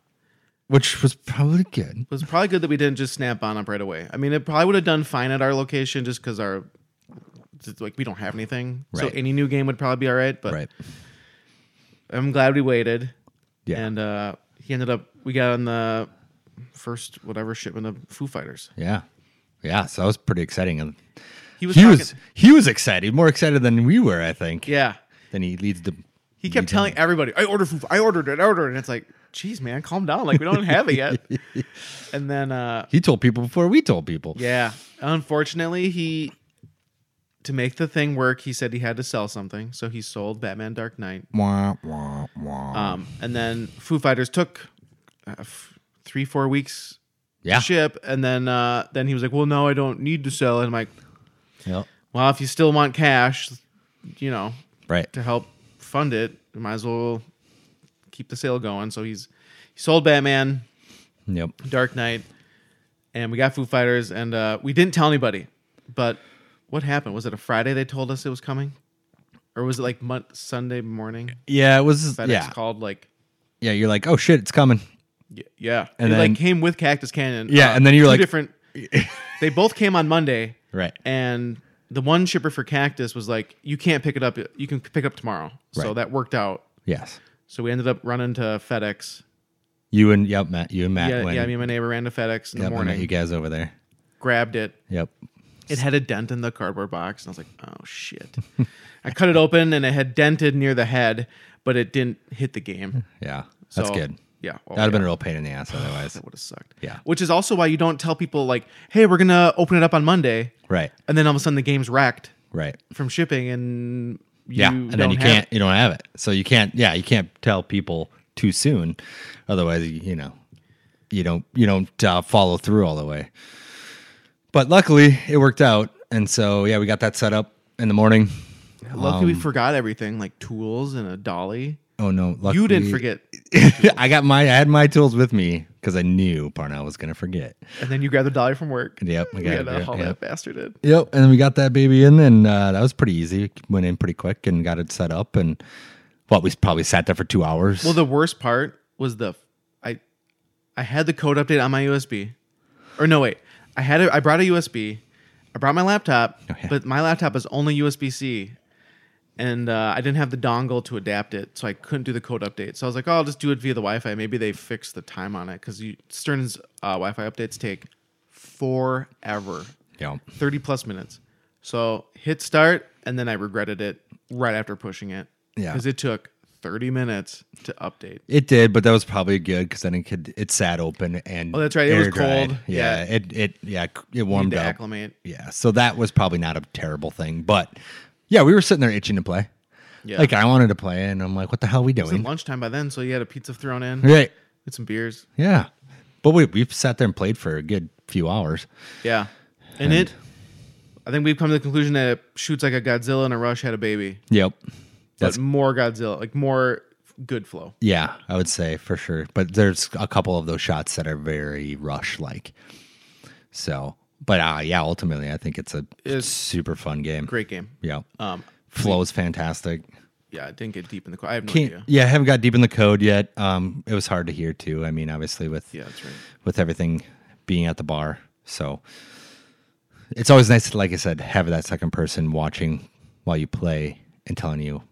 S2: which was probably good.
S1: It was probably good that we didn't just snap on up right away. I mean, it probably would have done fine at our location just because our just, like we don't have anything.
S2: Right.
S1: So any new game would probably be all right. But
S2: Right.
S1: I'm glad we waited.
S2: Yeah.
S1: And uh, he ended up we got on the first whatever shipment of Foo Fighters.
S2: Yeah. Yeah. So that was pretty exciting. And
S1: He was
S2: he
S1: talking,
S2: was he was excited, more excited than we were, I think.
S1: yeah.
S2: Then he leads the
S1: He kept telling everybody, "I ordered Foo, I ordered it, I ordered it." And it's like, "Jeez, man, calm down. Like we don't have it yet."
S2: [LAUGHS]
S1: and then uh,
S2: he told people before we told people.
S1: Yeah. Unfortunately, he to make the thing work, he said he had to sell something, so he sold Batman Dark Knight.
S2: Wah, wah, wah.
S1: Um, and then Foo Fighters took uh, f- three, four weeks
S2: yeah.
S1: to ship, and then uh, then he was like, "Well, no, I don't need to sell." And I'm like,
S2: Yep.
S1: "Well, if you still want cash, you know,
S2: Right.
S1: to help fund it, you might as well keep the sale going." So he's he sold Batman
S2: Yep.
S1: Dark Knight, and we got Foo Fighters, and uh, we didn't tell anybody. But what happened? Was it a Friday they told us it was coming, or was it like mon- Sunday morning?
S2: Yeah, it was
S1: FedEx
S2: yeah.
S1: called like,
S2: Yeah, you're like, "Oh shit, it's coming."
S1: y- yeah,
S2: And
S1: it
S2: then-
S1: like came with Cactus Cannon.
S2: Yeah, and then you're
S1: two
S2: like- [LAUGHS]
S1: different. they both came on Monday,
S2: Right.
S1: and the one shipper for Cactus was like, you can't pick it up. You can pick up tomorrow. So
S2: Right.
S1: that worked out.
S2: Yes.
S1: So we ended up running to FedEx.
S2: You and yep, Matt, you and Matt
S1: Yeah,
S2: went.
S1: yeah. Me and my neighbor ran to FedEx in
S2: yep,
S1: the
S2: I met you
S1: morning,
S2: guys over there.
S1: grabbed it,
S2: Yep.
S1: It had a dent in the cardboard box, and I was like, "Oh shit!" I cut it open, and it had dented near the head, but it didn't hit the game.
S2: Yeah, that's
S1: So-
S2: good.
S1: Yeah. Oh,
S2: That'd have
S1: yeah.
S2: been a real pain in the ass
S1: [SIGHS]
S2: otherwise.
S1: That would have sucked.
S2: Yeah.
S1: Which is also why you don't tell people like, "Hey, we're gonna open it up on Monday,"
S2: right.
S1: and then all of a sudden the game's racked
S2: Right.
S1: from shipping, and you
S2: yeah. And then
S1: don't
S2: you
S1: have
S2: can't
S1: it.
S2: you don't have it. So you can't yeah, you can't tell people too soon. Otherwise, you you know, you don't you don't uh, follow through all the way. But luckily, it worked out. And so yeah, we got that set up in the morning.
S1: Luckily,
S2: um,
S1: we forgot everything like tools and a dolly.
S2: Oh no, luckily,
S1: You didn't
S2: [LAUGHS]
S1: forget,
S2: I got my I had my tools with me because I knew Parnell was gonna forget.
S1: and then you grabbed the dolly from work.
S2: Yep, I
S1: we
S2: got
S1: had
S2: it,
S1: to
S2: yep,
S1: haul
S2: yep.
S1: that bastard in.
S2: Yep, and we got that baby in, and uh, that was pretty easy. Went in pretty quick and got it set up, and what we probably sat there for two hours.
S1: Well, the worst part was the I I had the code update on my USB. Or no, wait. I had a, I brought a USB. I brought my laptop,
S2: yeah.
S1: but my laptop is only USB-C. And uh, I didn't have the dongle to adapt it, so I couldn't do the code update. So I was like, "Oh, I'll just do it via the Wi-Fi. Maybe they fix the time on it because Stern's uh, Wi-Fi updates take forever,
S2: yeah,
S1: thirty plus minutes." So hit start, and then I regretted it right after pushing it
S2: Yeah.
S1: because it took thirty minutes to update.
S2: it did, but that was probably good because then it could it sat open and
S1: Oh, that's right, it was
S2: air-dried.
S1: cold.
S2: Yeah,
S1: Yeah.
S2: it it yeah it warmed
S1: to
S2: up.
S1: acclimate.
S2: Yeah, so that was probably not a terrible thing, but yeah, we were sitting there itching to play.
S1: Yeah.
S2: Like I wanted to play, and I'm like, what the hell are we
S1: It's
S2: doing?
S1: lunchtime by then, so you had a pizza thrown in,
S2: Right.
S1: with some beers.
S2: Yeah, but we we've sat there and played for a good few hours.
S1: Yeah, and, it. I think we've come to the conclusion that it shoots like a Godzilla and a Rush had a baby,
S2: Yep.
S1: but more Godzilla, like more good flow.
S2: Yeah, I would say for sure. But there's a couple of those shots that are very rush like. So, but uh, yeah, ultimately, I think it's a
S1: It's
S2: super fun game.
S1: Great game.
S2: Yeah.
S1: Um,
S2: Flow is fantastic.
S1: yeah, I didn't get deep in the. co- I have no
S2: Can't,
S1: idea.
S2: yeah, I haven't got deep in the code yet. Um, it was hard to hear too. I mean, obviously with
S1: Yeah, that's right.
S2: with everything being at the bar, so it's always nice to, like I said, have that second person watching while you play and telling you,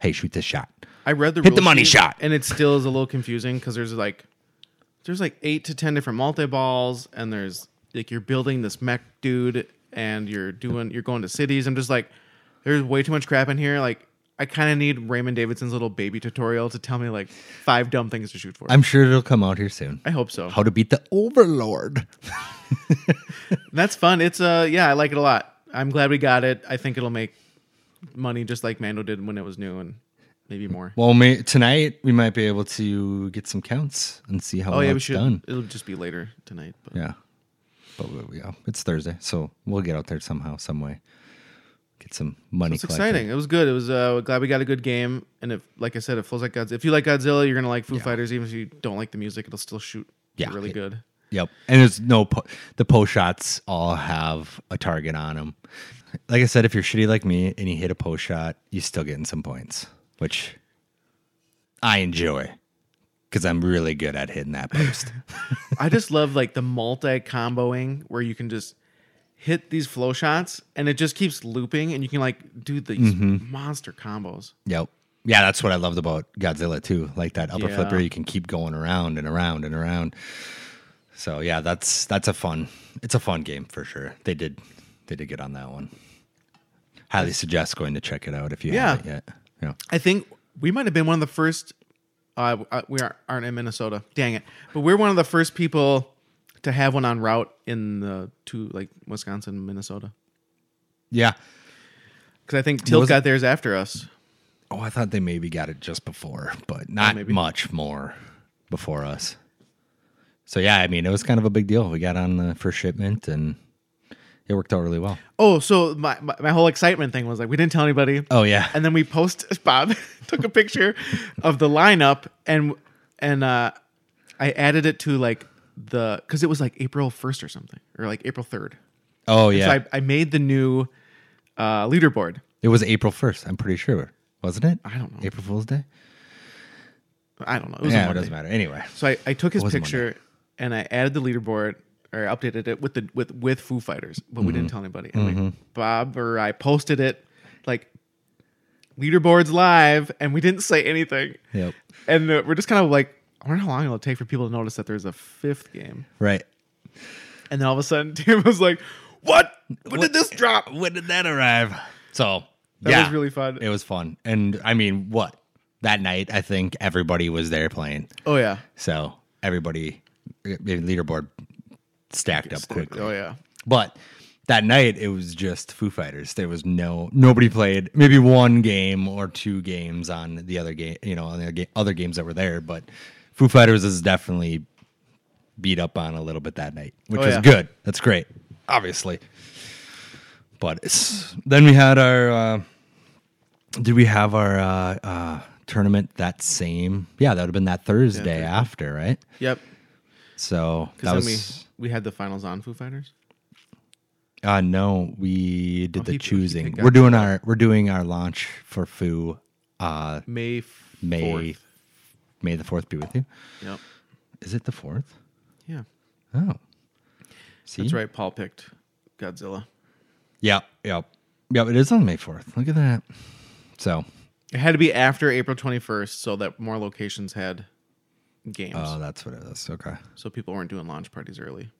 S2: "Hey, shoot this shot."
S1: I read the
S2: Hit the
S1: rule
S2: money
S1: sheet,
S2: shot.
S1: and it still is a little confusing because there's like there's like eight to ten different multi balls, and there's like you're building this mech dude, and you're doing you're going to cities. I'm just like, there's way too much crap in here. Like, I kind of need Raymond Davidson's little baby tutorial to tell me like five dumb things to shoot for. i
S2: I'm sure it'll come out here soon.
S1: hope so.
S2: How to beat the Overlord.
S1: That's fun. It's uh yeah, I like it a lot. I'm glad we got it. I think it'll make money just like Mando did when it was new, and maybe more.
S2: Well, may, tonight we might be able to get some counts and see how
S1: Oh
S2: well
S1: yeah, we
S2: it's
S1: should.
S2: done.
S1: It'll just be later tonight. But.
S2: Yeah, but we, yeah, it's Thursday, so we'll get out there somehow, some way, get some money.
S1: It's
S2: collected.
S1: exciting. It was good. It was uh, glad we got a good game. And if, like I said, it flows like Godzilla. If you like Godzilla, you're gonna like Foo Fighters. Even if you don't like the music, it'll still shoot
S2: Yeah,
S1: really
S2: it-
S1: good.
S2: Yep, and there's no po- the post shots all have a target on them. Like I said, if you're shitty like me and you hit a post shot, you're still getting some points, which I enjoy because I'm really good at hitting that
S1: [LAUGHS]
S2: post.
S1: I just love like the multi comboing where you can just hit these flow shots and it just keeps looping and you can like do these
S2: Mm-hmm.
S1: monster combos.
S2: Yep. Yeah, that's what I loved about Godzilla too. Like that upper
S1: Yeah.
S2: flipper, you can keep going around and around and around. So yeah, that's that's a fun. It's a fun game for sure. They did they did get on that one. Highly suggest going to check it out if you
S1: Yeah.
S2: haven't yet. Yeah.
S1: I think we might have been one of the first. Uh, uh, we aren't, aren't in Minnesota. Dang it! But we're one of the first people to have one on route in the two like Wisconsin, Minnesota.
S2: Yeah.
S1: Because I think Tilt
S2: was it?
S1: got theirs after us.
S2: Oh, I thought they maybe got it just before, but not
S1: Oh, maybe.
S2: much more before us. So yeah, I mean, it was kind of a big deal. We got on the first shipment and it worked out really well.
S1: Oh, so my, my, my whole excitement thing was like we didn't tell anybody.
S2: Oh yeah.
S1: And then we post [LAUGHS] Bob took a picture of the lineup and and uh I added it to like the because it was like April first or something or like April third.
S2: oh yeah.
S1: So I, I made the new uh leaderboard.
S2: It was April first. I'm pretty sure, wasn't it? I
S1: don't know.
S2: April Fool's Day.
S1: I don't know. It was
S2: yeah,
S1: a
S2: it
S1: Monday.
S2: doesn't matter. Anyway,
S1: So I, I took his
S2: was a
S1: picture and I added the leaderboard or I updated it with the with with Foo Fighters, but we
S2: Mm-hmm.
S1: didn't tell anybody. And we- Bob or I posted it like leaderboards live, and we didn't say anything.
S2: Yep.
S1: And uh, we're just kind of like, I wonder how long it'll take for people to notice that there's a fifth game.
S2: right.
S1: And then all of a sudden, [LAUGHS] Tim was like, "What? When did this drop?"
S2: When did that arrive? So
S1: That
S2: yeah,
S1: was really fun.
S2: It was fun, and I mean, what that night, I think everybody was there playing.
S1: Oh yeah.
S2: So everybody, maybe leaderboard stacked up quickly.
S1: Oh yeah.
S2: But that night it was just Foo Fighters. There was no nobody played maybe one game or two games on the other game, you know, on the other ga- other games that were there. But Foo Fighters is definitely beat up on a little bit that night, which
S1: Oh,
S2: was
S1: yeah.
S2: good. That's great, obviously. But it's, then we had our. Uh, did we have our uh, uh, tournament that same? Yeah, that would have been that Thursday after, right?
S1: Yep.
S2: So that
S1: Because then
S2: was
S1: we we had the finals on Foo Fighters.
S2: Uh no, we did the
S1: Oh, he- he
S2: choosing.
S1: picked
S2: We're
S1: up
S2: doing our we're doing our launch for Foo uh
S1: May f-
S2: May
S1: fourth.
S2: May the 4th be with you.
S1: Yep.
S2: Is it the 4th?
S1: Yeah.
S2: Oh. See?
S1: That's right. Paul picked Godzilla.
S2: Yep, yep. Yep, it is on May 4th. Look at that. So,
S1: It had to be after April 21st so that more locations had games.
S2: oh, that's what it is. Okay.
S1: so people weren't doing launch parties early.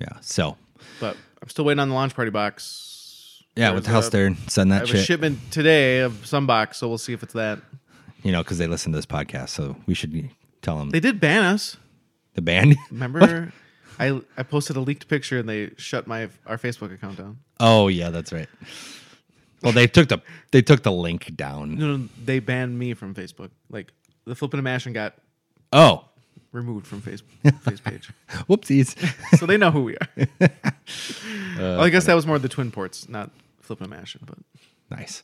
S2: Yeah. So,
S1: But I'm still waiting on the launch party box.
S2: yeah,
S1: There's
S2: with
S1: a-
S2: House there, send
S1: I have
S2: that shit.
S1: a shipment today of some box, so we'll see if it's that.
S2: You know, cuz they listen to this podcast, so we should tell them
S1: They did ban us.
S2: the band.
S1: [LAUGHS] Remember? I, I posted a leaked picture and they shut my our Facebook account down.
S2: oh, yeah, that's right. Well, they took the they took the link down.
S1: No, no, they banned me from Facebook. Like the flipping and mashing got
S2: Oh.
S1: removed from
S2: [LAUGHS]
S1: Facebook face page.
S2: Whoopsies.
S1: So they know who we
S2: [LAUGHS]
S1: are.
S2: Uh,
S1: well, I guess that was more the twin ports, not flipping and mashing, but
S2: Nice.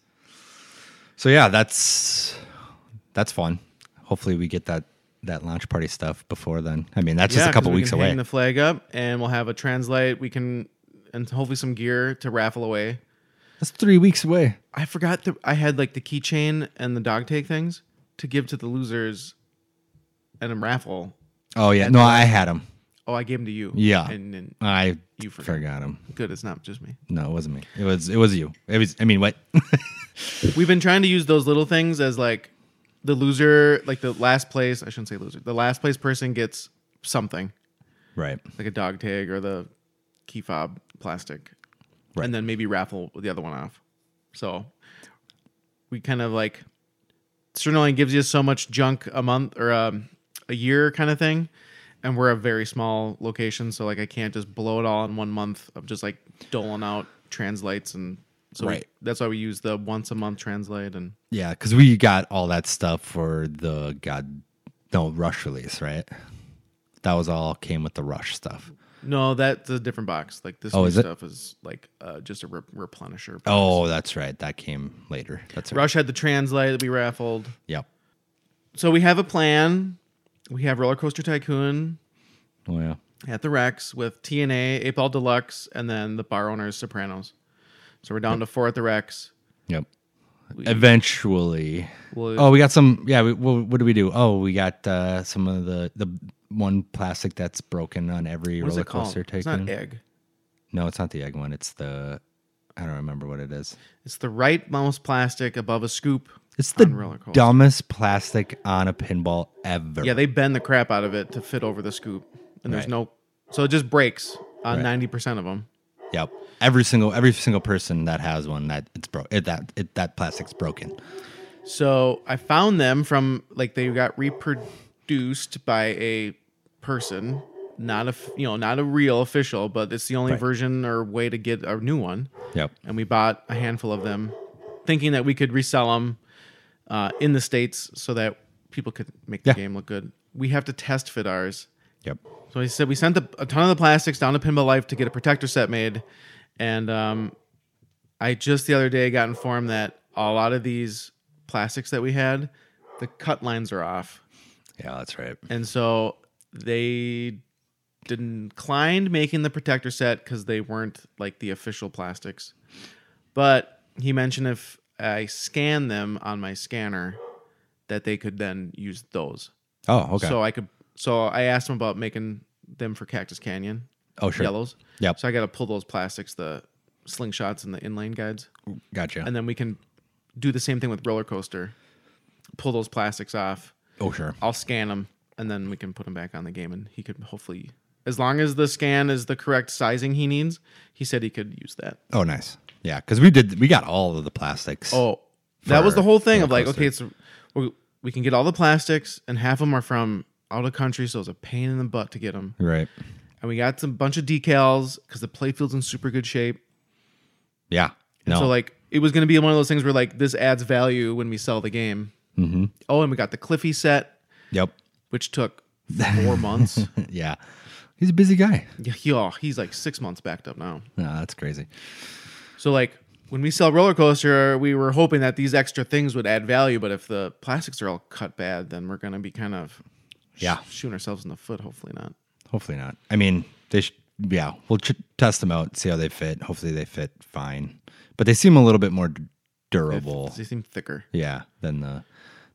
S2: So yeah, that's that's fun. Hopefully we get that that launch party stuff before then. I mean, that's just a
S1: 'cause
S2: couple
S1: we
S2: weeks
S1: can
S2: away.
S1: Hang the flag up, and we'll have a translate. We can, and hopefully some gear to raffle away.
S2: that's 3 weeks away.
S1: I forgot that I had like the keychain and the dog tag things to give to the losers, and a raffle.
S2: Oh yeah. No, I had him.
S1: Oh, I gave them to you.
S2: Yeah.
S1: and, and
S2: I
S1: You forgot.
S2: forgot him.
S1: good. It's not just me.
S2: No, it wasn't me. It was it was you. It was I mean, what? [LAUGHS]
S1: We've been trying to use those little things as like the loser, like the last place. I shouldn't say loser. The last place person gets something
S2: right.
S1: like a dog tag or the key fob plastic,
S2: Right.
S1: and then maybe raffle the other one off. So we kind of like Stern only gives you so much junk a month or um, a year kind of thing, and we're a very small location, so like I can't just blow it all in one month of just like doling out translates and so we-
S2: Right.
S1: that's why we use the once a month translate and
S2: Yeah, cuz we got all that stuff for the god no rush release, right? That was all came with the rush stuff.
S1: no that's a different box like this
S2: Oh,
S1: new
S2: is it?
S1: stuff is like uh, just a re- replenisher. box.
S2: Oh, that's right. That came later. That's right.
S1: Rush had the translate that we raffled.
S2: Yep.
S1: so we have a plan. We have Roller Coaster Tycoon
S2: Oh yeah.
S1: at the Rex with TNA, Eight Ball Deluxe, and then the bar owners Sopranos. So we're down to four at the Rex.
S2: Yep. Eventually.
S1: We'll-
S2: oh, we got some. Yeah. We, what, what do we do? Oh, we got uh, some of the the one plastic that's broken on every
S1: What is
S2: roller
S1: it called?
S2: coaster
S1: It's not
S2: tycoon.
S1: egg.
S2: no, it's not the egg one. It's the I don't remember what it is.
S1: It's the right mouse plastic above a scoop.
S2: It's the
S1: On roller coaster.
S2: dumbest plastic on a pinball ever.
S1: Yeah, they bend the crap out of it to fit over the scoop, and there's
S2: Right.
S1: no, so it just breaks on
S2: Right.
S1: ninety percent of them.
S2: Yep. Every single every single person that has one that it's broke it, that it, that plastic's broken.
S1: So I found them from like they got reproduced by a person, not a f- you know not a real official, but it's the only
S2: Right.
S1: version or way to get a new one.
S2: Yep.
S1: And we bought a handful of them, thinking that we could resell them uh, in the states so that people could make the
S2: Yeah.
S1: game look good. We have to test fit ours.
S2: Yep.
S1: So he said we sent the, a ton of the plastics down to Pinball Life to get a protector set made, and um, I just the other day got informed that a lot of these plastics that we had, the cut lines are off,
S2: Yeah, that's right.
S1: and so they declined making the protector set because they weren't like the official plastics. But he mentioned if I scan them on my scanner, that they could then use those.
S2: Oh, okay.
S1: So I could. So I asked him about making them for Cactus Canyon
S2: oh, sure.
S1: yellows.
S2: Yep.
S1: So I got to pull those plastics, the slingshots and the inline guides,
S2: Gotcha.
S1: and then we can do the same thing with roller coaster. Pull those plastics off.
S2: oh, sure.
S1: I'll scan them, and then we can put them back on the game, and he could hopefully, as long as the scan is the correct sizing he needs, he said he could use that.
S2: Oh, nice. Yeah, because we did. We got all of the plastics.
S1: Oh, that was
S2: for
S1: the whole thing of
S2: roller
S1: like, okay, it's we, we can get all the plastics, and half of them are from out of country, so it's a pain in the butt to get them.
S2: Right.
S1: And we got some bunch of decals because the playfield's in super good shape.
S2: Yeah. No.
S1: So like it was gonna be one of those things where like this adds value when we sell the game.
S2: mm-hmm.
S1: Oh, and we got the Cliffy set,
S2: Yep.
S1: which took four months.
S2: [LAUGHS] yeah. He's a busy guy.
S1: Yeah, he- oh, he's like six months backed up now.
S2: No, that's crazy.
S1: So like when we sell roller coaster, we were hoping that these extra things would add value, but if the plastics are all cut bad, then we're gonna be kind of sh-
S2: Yeah.
S1: shooting ourselves in the foot. Hopefully not.
S2: Hopefully not. I mean, they should. Yeah, we'll ch- test them out, see how they fit. Hopefully, they fit fine. But they seem a little bit more d- durable.
S1: They seem thicker,
S2: Yeah, than the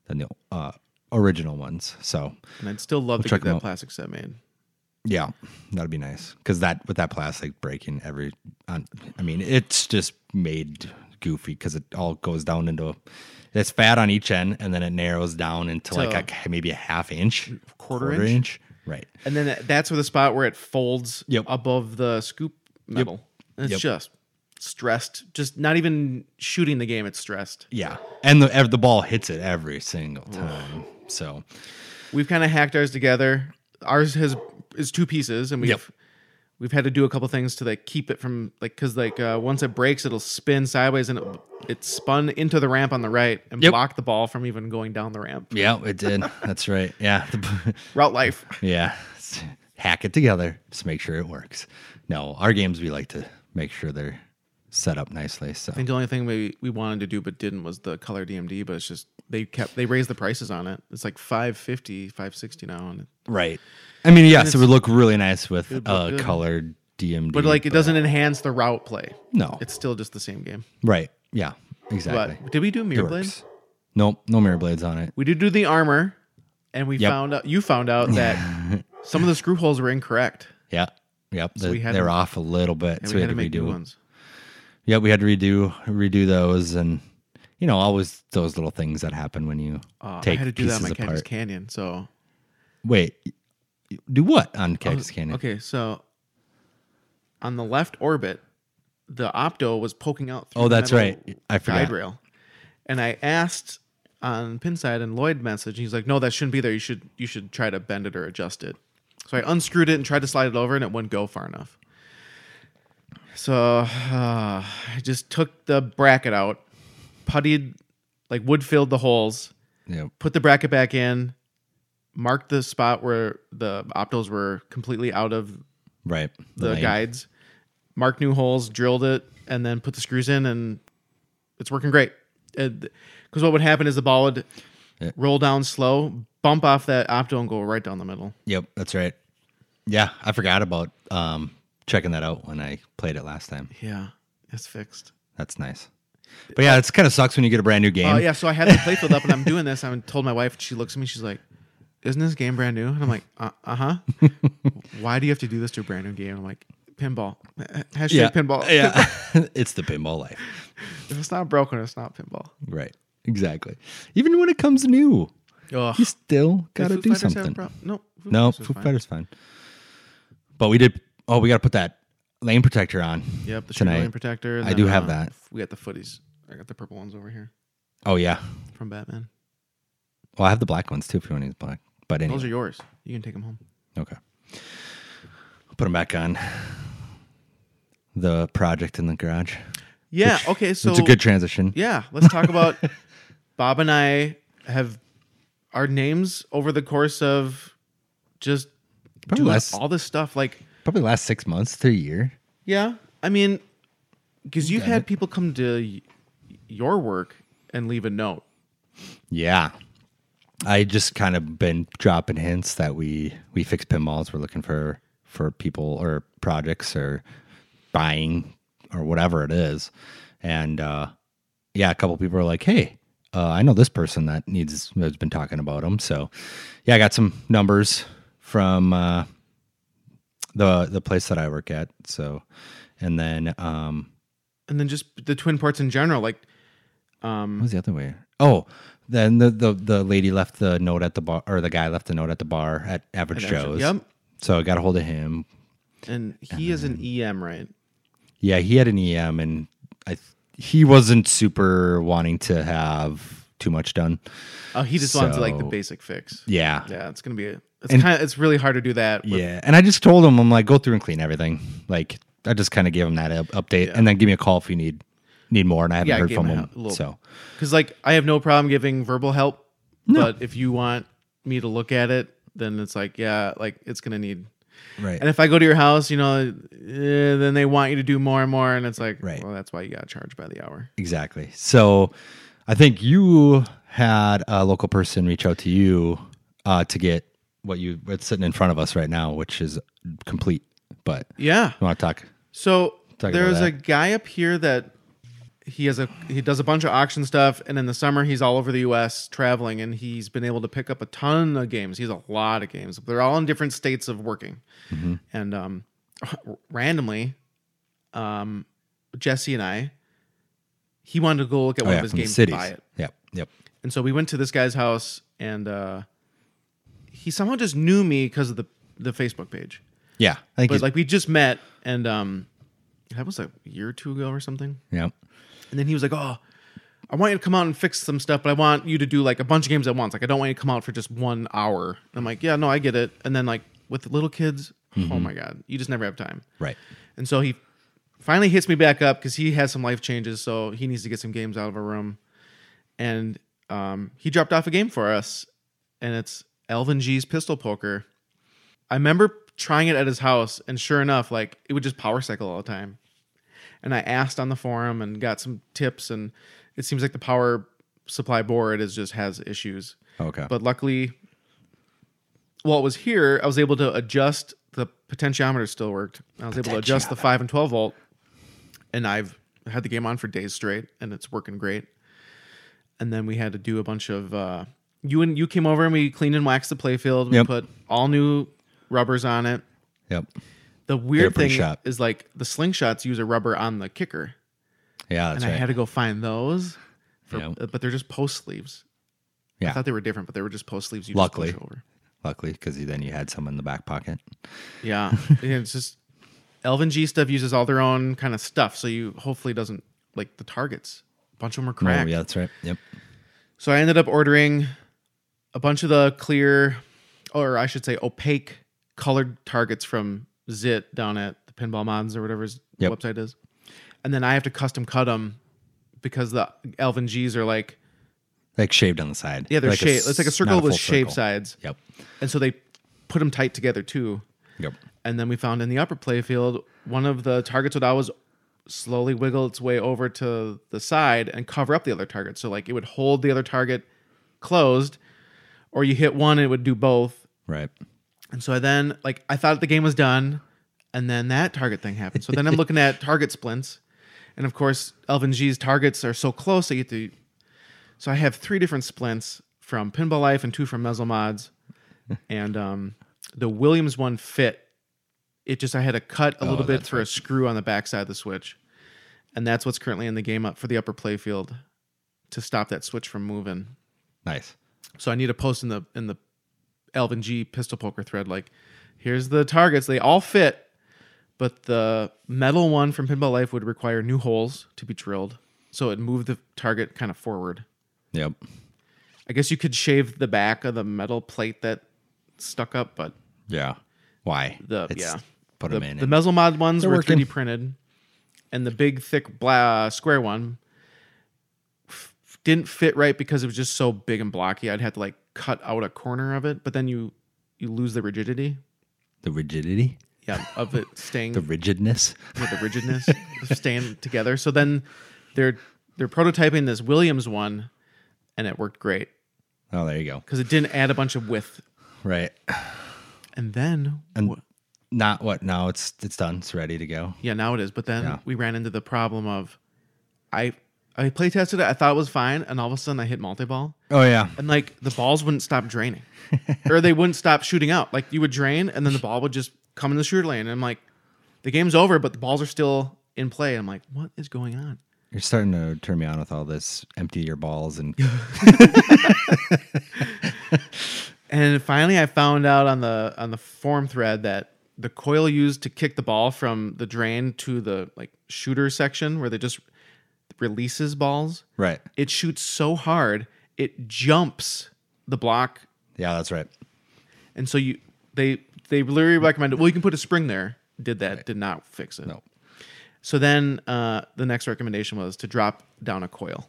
S2: than the uh, original ones. So
S1: and I'd still love to
S2: check
S1: get
S2: them
S1: that
S2: out.
S1: plastic set made.
S2: yeah, that'd be nice because that with that plastic breaking every. On, I mean, it's just made goofy because it all goes down into. It's fat on each end, and then it narrows down into like a, maybe a half inch,
S1: quarter inch?
S2: Right.
S1: And then that's where the spot where it folds
S2: Yep.
S1: above the scoop metal. And it's
S2: Yep.
S1: just stressed. Just not even shooting the game, it's stressed.
S2: Yeah, and the ev- the ball hits it every single time. So
S1: We've kind of hacked ours together. Ours has is two pieces and we've
S2: Yep.
S1: we've had to do a couple things to like keep it from like cuz like uh, once it breaks it'll spin sideways and it it spun into the ramp on the right and
S2: Yep.
S1: blocked the ball from even going down the ramp.
S2: yeah, it did. [LAUGHS] That's right. Yeah, The-
S1: Route life.
S2: yeah. Hack it together. Just make sure it works. No, our games we like to make sure they're set up nicely. So
S1: I think the only thing we, we wanted to do but didn't was the color DMD, but it's just they kept they raised the prices on it. It's like 550, 560 now and
S2: right. I mean, yes, it would look really nice with a
S1: look good.
S2: colored DMD.
S1: But like, it doesn't enhance the route play.
S2: no,
S1: It's still just the same game.
S2: right. Yeah, exactly.
S1: But did we do mirror
S2: It
S1: blade?
S2: works. Nope, no mirror blades on it.
S1: We did do the armor, and we
S2: Yep.
S1: found out you found out
S2: [LAUGHS]
S1: that some of the screw holes were incorrect.
S2: Yeah, yep. The-
S1: we had
S2: they're
S1: to-
S2: off a little bit,
S1: And
S2: so
S1: we
S2: we
S1: had to make new
S2: redo them.
S1: ones.
S2: yeah, we had to redo redo those, and you know, always those little things that happen when you
S1: Uh, I
S2: take
S1: had to do that
S2: pieces
S1: on my Cactus
S2: apart.
S1: Canyon. So
S2: Wait, y- do what on Cactus Canyon?
S1: Oh, okay, so on the left orbit, the opto was poking out. Through
S2: Oh,
S1: the
S2: that's
S1: metal
S2: right. I forgot.
S1: Guide rail, and I asked on Pinside and Lloyd messaged. He's like, "No, that shouldn't be there. You should you should try to bend it or adjust it." So I unscrewed it and tried to slide it over, and it wouldn't go far enough. So uh, I just took the bracket out, puttied, like wood filled the holes,
S2: Yep.
S1: put the bracket back in, marked the spot where the optos were completely out of
S2: Right.
S1: the
S2: lane.
S1: guides, marked new holes, drilled it, and then put the screws in, and it's working great. Because what would happen is the ball would
S2: Yeah.
S1: roll down slow, bump off that opto, and go right down the middle.
S2: Yep, that's right. Yeah, I forgot about um checking that out when I played it last time.
S1: Yeah, it's fixed.
S2: That's nice. But yeah, it's kind of sucks when you get a brand new game.
S1: Oh yeah, so I had the playfield up, and I'm doing this. I told my wife. She looks at me. She's like, "Isn't this game brand new?" And I'm like, "Uh
S2: [LAUGHS]
S1: huh." Why do you have to do this to a brand new game? I'm like, "Pinball." [LAUGHS] Hashtag
S2: yeah.
S1: pinball.
S2: [LAUGHS] Yeah. it's the pinball life.
S1: [LAUGHS] If it's not broken, it's not pinball.
S2: Right. Exactly. Even when it comes new,
S1: Ugh.
S2: you still got to
S1: Did Foo
S2: do
S1: Fighters have a
S2: something.
S1: prob- No. Foo
S2: No,
S1: Fighters was
S2: Foo
S1: fine.
S2: Fighters fine. But we did. Oh, we got to put that lane protector on.
S1: Yep, the
S2: tonight.
S1: Shuriken protector. and uh,
S2: I do have that.
S1: We got the footies. I got the purple ones over here
S2: Oh yeah.
S1: from Batman.
S2: Well, I have the black ones too. If you want to use black, but
S1: Those
S2: anyway,
S1: are yours. You can take them home.
S2: okay. I'll put them back on. The project in the garage.
S1: Yeah. okay. So
S2: it's a good transition.
S1: Yeah. Let's talk
S2: [LAUGHS]
S1: about Bob and I have our names over the course of just
S2: Probably
S1: doing
S2: less-
S1: all this stuff. Like,
S2: Probably last six months to a year.
S1: yeah. I mean, because you've had people come to y- your work and leave a note.
S2: Yeah. I just kind of been dropping hints that we we fix pinballs. We're looking for for people or projects or buying or whatever it is, and uh, yeah, a couple people are like, "Hey, uh, I know this person that needs has been talking about them." So yeah, I got some numbers from uh, the the place that I work at. So and then um,
S1: And then just the twin ports in general. Like,
S2: what was the other way? Oh, then the, the the lady left the note at the bar, or the guy left the note at the bar at Average
S1: Average-
S2: Joe's.
S1: yep.
S2: So I got a hold of him.
S1: and he is an EM, right?
S2: E Yeah, he had an EM, and I th- he wasn't super wanting to have too much done.
S1: Oh, he just wants like the
S2: So-
S1: basic fix.
S2: Yeah.
S1: Yeah, it's gonna be. A, it's
S2: And-
S1: kind of. It's really hard to do that. With,
S2: Yeah, and I just told him, I'm like, go through and clean everything. Like, I just kind of gave him that up- update,
S1: Yeah.
S2: and then give me a call if you need need more. And I haven't
S1: Yeah, I
S2: heard
S1: gave
S2: from
S1: him a
S2: him,
S1: hel- little-
S2: so
S1: Because like I have no problem giving verbal help, but if you want me to look at it, then it's like yeah, like it's gonna need.
S2: right,
S1: And if I go to your house, you know, eh, then they want you to do more and more, and it's like,
S2: Right.
S1: well, that's why you got charged by the hour.
S2: exactly. So, I think you had a local person reach out to you uh, to get what you what's sitting in front of us right now, which is complete. But
S1: Yeah.
S2: you want to talk?
S1: So
S2: Talk
S1: there's
S2: about
S1: a guy up here that he has a he does a bunch of auction stuff, and in the summer he's all over the U.S. traveling, and he's been able to pick up a ton of games. He has a lot of games. They're all in different states of working,
S2: Mm-hmm.
S1: and um, randomly, um, Jesse and I, he wanted to go look at one
S2: Oh yeah,
S1: of his
S2: from the
S1: games and
S2: cities.
S1: buy it,
S2: Yep, yep.
S1: and so we went to this guy's house, and uh, he somehow just knew me because of the the Facebook page
S2: Yeah, I think
S1: but
S2: he's,
S1: like we just met and um that was a year or two ago or something
S2: yep.
S1: and then he was like oh i want you to come out and fix some stuff but i want you to do like a bunch of games at once like i don't want you to come out for just one hour and i'm like yeah no i get it and then like with little kids oh my god you just never have time
S2: right.
S1: and so he finally hits me back up because he has some life changes, so he needs to get some games out of a room. And um, he dropped off a game for us, and it's Elvin G's Pistol Poker. I remember trying it at his house, and sure enough, like it would just power cycle all the time. And I asked on the forum and got some tips, and it seems like the power supply board is just has issues
S2: Okay.
S1: but luckily while it was here i was able to adjust the potentiometer still worked i was able to adjust the 5 and 12 volt and i've had the game on for days straight and it's working great and then we had to do a bunch of uh, you and you came over and we cleaned and waxed the playfield we
S2: Yep.
S1: put all new rubbers on it
S2: yep.
S1: the weird
S2: pretty
S1: thing
S2: sharp.
S1: is like the slingshots use a rubber on the kicker
S2: Yeah, that's
S1: and
S2: right.
S1: i had to go find those for,
S2: Yep.
S1: uh, but they're just post sleeves
S2: Yeah.
S1: i thought they were different but they were just post sleeves you
S2: Luckily.
S1: just push over
S2: Luckily, because then you had some in the back pocket. [LAUGHS]
S1: Yeah, Yeah, it's just Elvin G stuff uses all their own kind of stuff, so you hopefully doesn't like the targets. A bunch of them are
S2: Oh,
S1: cracked.
S2: yeah, that's right. Yep.
S1: So I ended up ordering a bunch of the clear, or I should say opaque, colored targets from Zit down at the Pinball Mods or whatever his
S2: Yep.
S1: website is, and then I have to custom cut them because the Elvin Gs are like
S2: Like shaved on the side.
S1: yeah they're
S2: Like a
S1: shaped. It's like a
S2: s- not
S1: circle with
S2: full
S1: shaved
S2: circle.
S1: sides,
S2: Yep.
S1: and so they put them tight together too.
S2: Yep.
S1: And then we found in the upper playfield, one of the targets would always slowly wiggle its way over to the side and cover up the other target. So like it would hold the other target closed, or you hit one and it would do both.
S2: Right.
S1: And so I then like I thought the game was done, and then that target thing happened. So then I'm looking at target splints, and of course Elvin G's targets are so close that you have to. So I have three different splints from Pinball Life and two from Mezzle Mods, and um, the Williams one fit. It just I had to cut a little bit
S2: that's
S1: for a screw on the backside of the switch, and that's what's currently in the game up for the upper playfield to stop that switch from moving.
S2: Nice.
S1: So I need to post in the in the Elvin G pistol poker thread like, here's the targets. They all fit, but the metal one from Pinball Life would require new holes to be drilled, so it moved the target kind of forward.
S2: Yep.
S1: I guess you could shave the back of the metal plate that stuck up, but
S2: Yeah. Why?
S1: The- yeah.
S2: Put
S1: the,
S2: them in.
S1: the
S2: and-
S1: Mezzomod ones
S2: They're
S1: were
S2: working.
S1: 3D printed, and the big thick bla- square one f- didn't fit right because it was just so big and blocky. I'd have to like cut out a corner of it, but then you you lose the rigidity.
S2: the rigidity,
S1: Yeah, of it staying
S2: the rigidness.
S1: with the rigidness of staying together. So then they're they're prototyping this Williams one, and it worked great
S2: Oh, there you go.
S1: because it didn't add a bunch of width.
S2: Right.
S1: And then
S2: And not what? No, it's it's done. It's ready to go.
S1: Yeah, now it is. But then
S2: Yeah.
S1: we ran into the problem of I I play tested it, I thought it was fine, and all of a sudden I hit multi ball.
S2: Oh yeah.
S1: And like the balls wouldn't stop draining. or they wouldn't stop shooting out. Like you would drain and then the ball would just come in the shooter lane. And I'm like, the game's over, but the balls are still in play. I'm like, what is going on?
S2: You're starting to turn me on with all this. Empty your
S1: [LAUGHS]
S2: balls and
S1: And finally, I found out on the on the form thread that the coil used to kick the ball from the drain to the like shooter section where they just releases balls.
S2: right.
S1: It shoots so hard it jumps the block,
S2: Yeah, that's right.
S1: and so you they they literally recommended. Well, you can put a spring there. Did that? Did not fix it.
S2: No.
S1: So then uh, the next recommendation was to drop down a coil.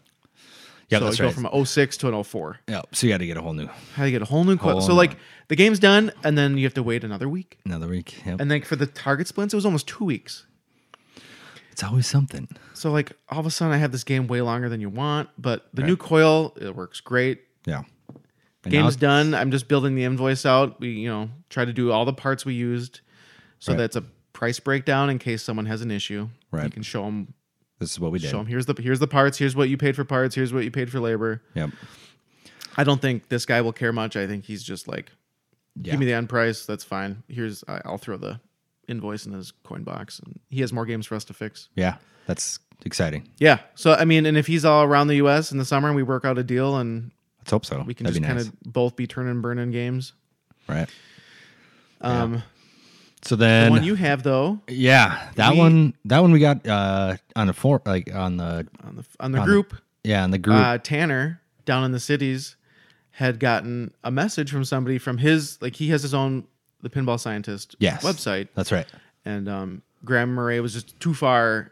S2: Yeah,
S1: so
S2: that's
S1: you
S2: right.
S1: go from an 06 to an 04.
S2: yeah, so you got to get a whole new
S1: How do you get a whole new coil?
S2: Whole
S1: so
S2: new-
S1: like the game's done, and then you have to wait another week.
S2: another week. Yep.
S1: And then for the target splints, it was almost two weeks.
S2: it's always something.
S1: So like all of a sudden, I have this game way longer than you want. But the new coil, it works great.
S2: Yeah. And now
S1: Game's done. I'm just building the invoice out. We you know try to do all the parts we used, so
S2: Right.
S1: that's a price breakdown in case someone has an issue. You
S2: Right.
S1: can show them
S2: This is what we did.
S1: show them here's the here's the parts. Here's what you paid for parts. Here's what you paid for labor.
S2: Yep.
S1: I don't think this guy will care much. I think he's just like,
S2: Yeah.
S1: give me the end price. That's fine. Here's I- I'll throw the invoice in his coin box, and he has more games for us to fix.
S2: yeah. That's exciting.
S1: Yeah. So I mean, and if he's all around the U.S. in the summer, and we work out a deal, and
S2: Let's hope so.
S1: we can
S2: That'd
S1: just
S2: be
S1: kind
S2: nice.
S1: of both be turning and burning games.
S2: right.
S1: Um,
S2: So
S1: the
S2: then
S1: one you have though
S2: Yeah, that
S1: We-
S2: one. That one we got uh on a for like on the
S1: on the on the
S2: On the
S1: group,
S2: yeah on the group.
S1: uh, Tanner down in the cities had gotten a message from somebody from his like he has his own the pinball scientist
S2: Yes.
S1: website,
S2: that's right.
S1: and um, Graham Murray was just too far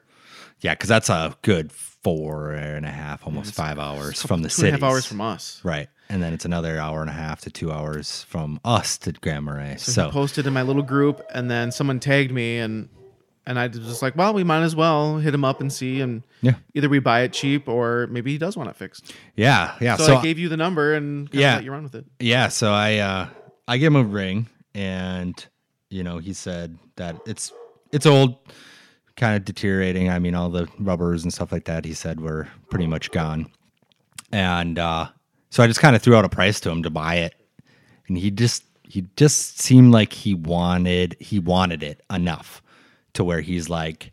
S2: Yeah, because that's a good four and a half, almost five hours from the
S1: two and
S2: city.
S1: a half hours from us.
S2: right, and then it's another hour and a half to two hours from us to Grand Marais.
S1: I
S2: So,
S1: posted in my little group, and then someone tagged me, and and I was just like, well, we might as well hit him up and see, and
S2: Yeah.
S1: either we buy it cheap or maybe he does want it fixed.
S2: yeah, yeah.
S1: So,
S2: So,
S1: I gave you the number and kinda
S2: Yeah.
S1: let you run with it.
S2: yeah, so I uh I gave him a ring, and you know he said that it's it's old, kind of deteriorating. I mean, all the rubbers and stuff like that. He said were pretty much gone. and uh, so I just kind of threw out a price to him to buy it, and he just he just seemed like he wanted he wanted it enough to where he's like,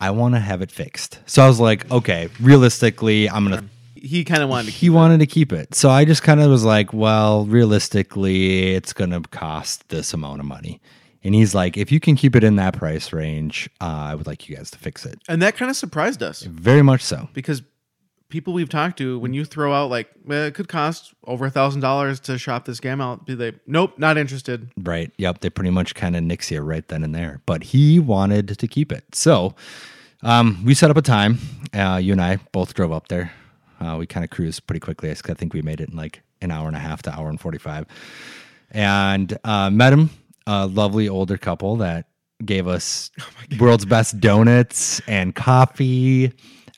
S2: I want to have it fixed. So I was like, okay, realistically, I'm gonna.
S1: He kind of wanted to
S2: He wanted to keep it, so I just kind of was like, well, realistically, it's gonna cost this amount of money. And he's like, if you can keep it in that price range, uh, I would like you guys to fix it.
S1: And that kind of surprised us
S2: Very much so.
S1: because people we've talked to,
S2: Mm.
S1: when you throw out like "Well, it could cost over a thousand dollars to shop this game out, be like, nope, not interested.
S2: Right. Yep. They pretty much kind of nix you right then and there. But he wanted to keep it. So um, we set up a time. Uh, you and I both drove up there. Uh, we kind of cruised pretty quickly. I s- I think we made it in like an hour and a half to hour and 45. And uh, met him, a lovely older couple that gave
S1: [LAUGHS]
S2: us
S1: Oh
S2: world's best donuts and coffee.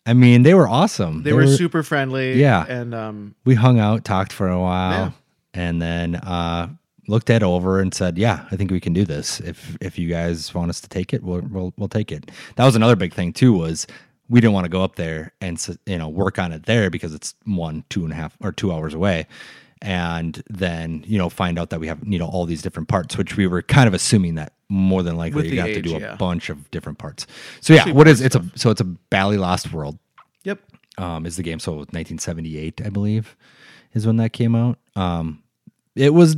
S2: I mean, they were awesome.
S1: They were super friendly.
S2: Yeah.
S1: And um,
S2: we hung out, talked for a while,
S1: Yeah.
S2: and then uh, looked at over and said, "Yeah, I think we can do this. If if you guys want us to take it, we'll we'll, we'll take it." That was another big thing too was we didn't want to go up there and s- you know work on it there because it's one two and a half or two hours away. And then you know find out that we have you know all these different parts, which we were kind of assuming that more than likely
S1: With
S2: you
S1: the
S2: have to do
S1: age,
S2: a
S1: yeah.
S2: bunch of different parts. So yeah, what is it's a so it's a Bally Lost World
S1: yep.
S2: um, is the game. So 1978, I believe, is when that came out. Um, it was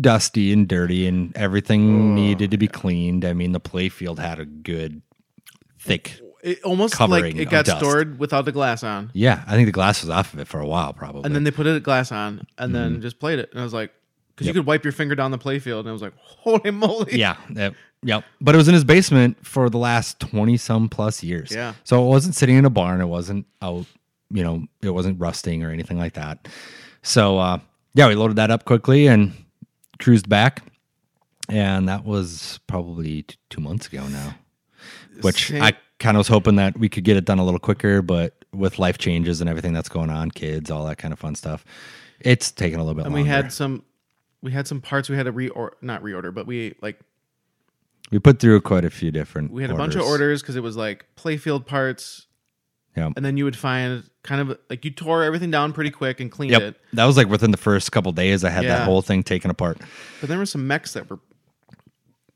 S2: dusty and dirty, and everything needed to be cleaned. I mean, the playfield had a good thick.
S1: It almost like
S2: Covering
S1: it
S2: of
S1: got
S2: dust.
S1: stored without the glass on.
S2: Yeah, I think the glass was off of it for a while, probably.
S1: And then they put it glass on and
S2: Mm-hmm.
S1: then just played it. And I was like, because you could wipe your finger down the playfield. And I was like, holy [LAUGHS] moly.
S2: yeah, that- yep. But it was in his basement for the last twenty some plus years.
S1: Yeah.
S2: So it wasn't sitting in a barn. It wasn't out. You know, it wasn't rusting or anything like that. So uh, yeah, we loaded that up quickly and cruised back. and that was probably t- two months ago now. Which
S1: Same-
S2: I kind of was hoping that we could get it done a little quicker, but with life changes and everything that's going on, kids, all that kind of fun stuff, it's taking a little bit
S1: And
S2: longer.
S1: we had some, we had some parts we had to reorder, not reorder, but we like
S2: we put through quite a few different.
S1: we had a bunch of orders because it was like playfield parts
S2: Yeah.
S1: and then you would find kind of like you tore everything down pretty quick and cleaned
S2: Yep,
S1: it
S2: that was like within the first couple days. I had
S1: Yeah.
S2: that whole thing taken apart.
S1: but there were some mechs that were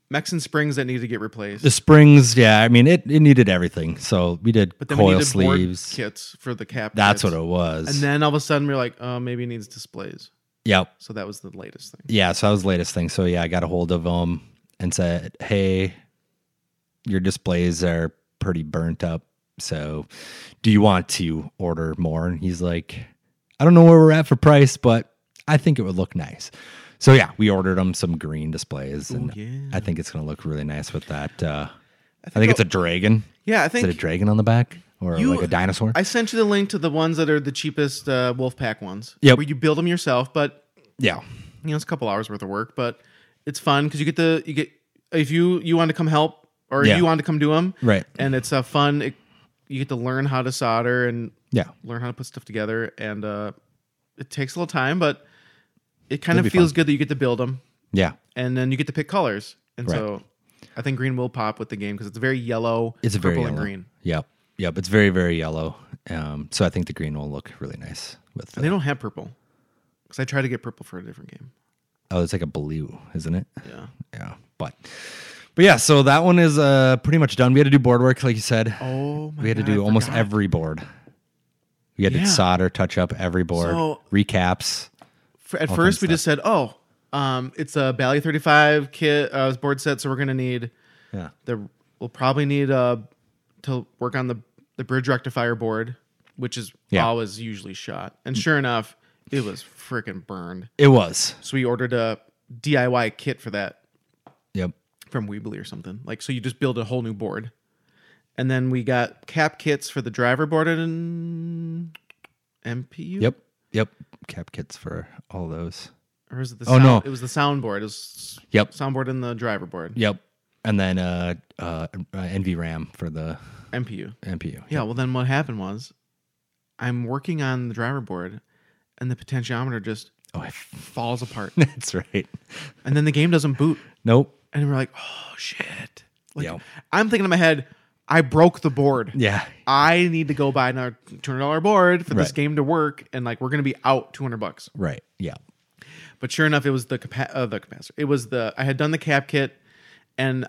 S1: mechs and springs that needed to get replaced
S2: The springs, yeah, I mean, it, it needed everything. So we did
S1: but then we
S2: coil
S1: needed board
S2: sleeves.
S1: kits for the cap
S2: That's
S1: kits.
S2: what it was.
S1: and then all of a sudden we are like oh maybe it needs displays
S2: yep,
S1: so that was the latest thing
S2: yeah, so that was the latest thing. So yeah, I got a hold of them and said, "Hey, your displays are pretty burnt up. So do you want to order more?" And he's like, I don't know where we're at for price, but I think it would look nice. So yeah, we ordered them some green displays, and I think it's gonna look really nice with that. Uh, I think,
S1: I'll-
S2: it's a dragon.
S1: Yeah, I
S2: Is it a
S1: think
S2: dragon on the back or
S1: You-
S2: like a dinosaur?
S1: I sent you the link to the ones that are the cheapest uh, Wolfpack ones.
S2: Yep.
S1: where you build them yourself, but
S2: yeah,
S1: you know it's a couple hours worth of work, but it's fun because you get the you get if you you want to come help or
S2: Yeah.
S1: you want to come do them,
S2: Right.
S1: And it's uh, fun. It, you get to learn how to solder and
S2: yeah.
S1: learn how to put stuff together, and uh, it takes a little time, but it kind
S2: It'll be
S1: of feels good that you get to build them,
S2: Yeah.
S1: and then you get to pick colors, and
S2: Right.
S1: so I think green will pop with the game because it's very yellow,
S2: It's a
S1: purple,
S2: very yellow.
S1: and green.
S2: Yep. Yep. It's very, very yellow. Um, so I think the green will look really nice with
S1: And
S2: the-
S1: they don't have purple because I tried to get purple for a different game.
S2: oh, it's like a blue, isn't it?
S1: Yeah.
S2: Yeah. But but yeah, so that one is uh pretty much done. We had to do board work, like you said.
S1: Oh my
S2: we had to
S1: God, I
S2: do almost
S1: forgot.
S2: every board. We had
S1: Yeah.
S2: to solder, touch up every board,
S1: So-
S2: recaps.
S1: For, at first, we
S2: kinds of
S1: just said, "Oh, um, it's a Bally 35 kit uh, board set, so we're gonna need
S2: Yeah.
S1: the we'll probably need uh to work on the the bridge rectifier board, which is
S2: Yeah.
S1: always usually shot. And sure enough, it was freaking burned.
S2: It was.
S1: So we ordered a DIY kit for that
S2: Yep.
S1: from Weebly or something. Like so, you just build a whole new board, and then we got cap kits for the driver board and MPU.
S2: Yep. Yep. Cap kits for all those.
S1: Or was it the
S2: Oh,
S1: sound,
S2: no.
S1: It was the soundboard. It was
S2: Yep.
S1: soundboard and the driver board.
S2: Yep. And then uh uh NVRAM for the
S1: MPU.
S2: MPU.
S1: Yeah. Well, then what happened was, I'm working on the driver board, and the potentiometer just
S2: Oh, [LAUGHS] I-
S1: falls
S2: [LAUGHS]
S1: apart,
S2: that's right.
S1: and then the game doesn't boot,
S2: Nope.
S1: and we're like, oh shit. Like,
S2: Yep.
S1: I'm thinking in my head, I broke the board.
S2: Yeah.
S1: I need to go buy another two hundred dollar board for this
S2: Right.
S1: game to work, and like we're gonna be out two hundred bucks.
S2: Right. Yeah.
S1: But sure enough, it was the capa- uh, the capacitor. It was the I had done the cap kit, and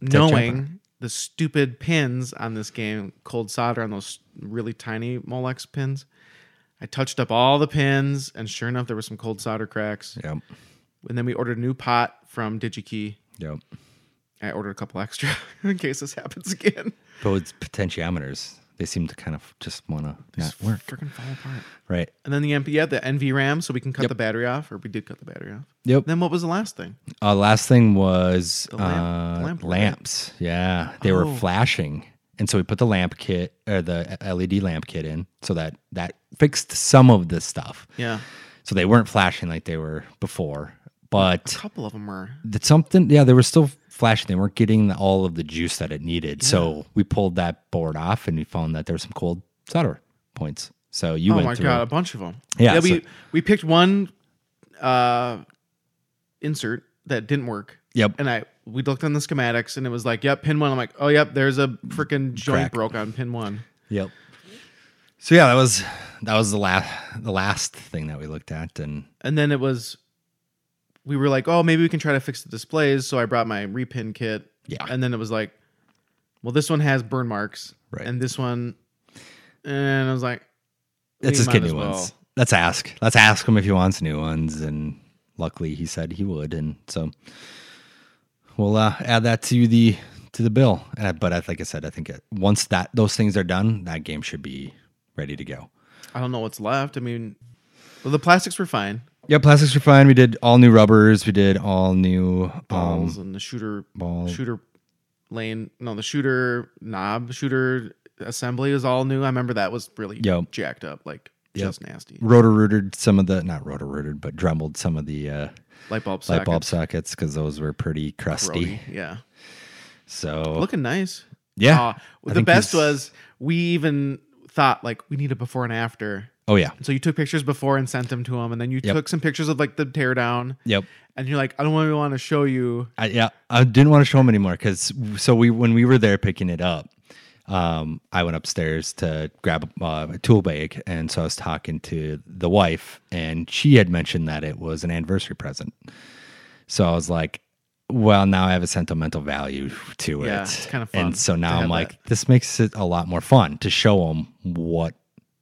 S1: knowing the stupid pins on this game, cold solder on those really tiny Molex pins, I touched up all the pins, and sure enough, there were some cold solder cracks.
S2: Yep.
S1: And then we ordered a new pot from DigiKey.
S2: Yep.
S1: I ordered a couple [LAUGHS] extra in case this happens again.
S2: But with potentiometers, they seem to kind of just want to not work.
S1: Freaking fall apart.
S2: Right.
S1: And then the MP, yeah, the NVRAM, so we can cut the battery off, or we did cut the battery off.
S2: Yep.
S1: Then what was the last thing?
S2: Uh, last thing was
S1: lamp-
S2: uh,
S1: lamp, right?
S2: lamps. Yeah, they
S1: Oh.
S2: were flashing, and so we put the lamp kit or the uh, LED lamp kit in, so that that fixed some of the stuff.
S1: Yeah,
S2: So they weren't flashing like they were before, but
S1: a couple of them were.
S2: did something yeah they were still flashing they weren't getting the, all of the juice that it needed so we pulled that board off and we found that there were some cold solder points so you
S1: Oh
S2: went
S1: my
S2: through
S1: god, a bunch of them.
S2: Yeah,
S1: we
S2: so-
S1: we picked one uh insert that didn't work,
S2: yep
S1: and I we looked on the schematics, and it was like, yep, pin one. I'm like, oh yep, there's a freaking joint
S2: Crack.
S1: broke on pin one.
S2: yep so yeah that was that was the last the last thing that we looked at and
S1: And then it was, we were like, oh, maybe we can try to fix the displays. So I brought my repin kit.
S2: Yeah.
S1: And then it was like, well, this one has burn marks.
S2: Right.
S1: And this one, and I was like, we
S2: let's just
S1: might
S2: get
S1: as
S2: new ones
S1: well.
S2: let's ask let's ask him if he wants new ones and luckily he said he would and so we'll uh, add that to the to the bill and I, but I, like i said i think it, once that those things are done that game should be ready to go
S1: I don't know what's left. I mean, well, the plastics were fine.
S2: Yeah, plastics were fine. We did all new rubbers. We did all new um,
S1: Balls and the shooter
S2: ball.
S1: shooter lane. No, the shooter knob shooter assembly is all new. I remember that was really
S2: Yep.
S1: jacked up, like
S2: Yep.
S1: just nasty.
S2: Rotor rooted some of the not rotor rooted, but drembled some of the uh,
S1: Light bulb
S2: light bulb
S1: sockets,
S2: sockets because those were pretty crusty.
S1: Brody, Yeah.
S2: So
S1: Looking nice.
S2: Oh. yeah,
S1: Uh, the
S2: think
S1: best
S2: he's-
S1: was we even thought like we need a before and after.
S2: oh yeah,
S1: And so you took pictures before and sent them to him, and then you
S2: Yep.
S1: took some pictures of like the teardown,
S2: yep.
S1: and you're like, I don't really want to show you.
S2: I, yeah, I didn't want to show him anymore because so we when we were there picking it up, um, I went upstairs to grab uh, a tool bag, and so I was talking to the wife, and she had mentioned that it was an anniversary present. So I was like, "Well, now I have a sentimental value to
S1: Yeah,
S2: it."
S1: it's kind of fun
S2: And so
S1: to
S2: now
S1: have
S2: I'm like, "This makes it a lot more fun to show him what."